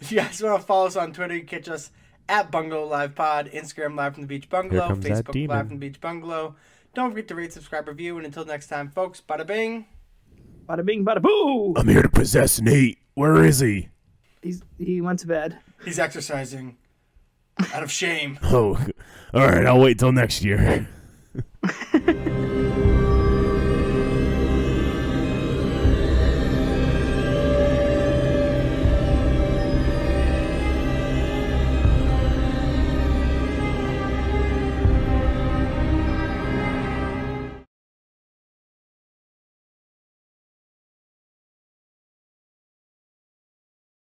Speaker 4: you guys want to follow us on Twitter, you can catch us at Bungalow Live Pod, Instagram Live from the Beach Bungalow,
Speaker 3: comes that
Speaker 4: Facebook
Speaker 3: demon.
Speaker 4: Live from the Beach Bungalow. Don't forget to rate, subscribe, review, and until next time, folks, bada bing.
Speaker 1: Bada bing, bada boo.
Speaker 3: I'm here to possess Nate. Where is he?
Speaker 1: He's, he went to bed.
Speaker 4: He's exercising out of shame.
Speaker 3: Oh, all right. I'll wait till next year.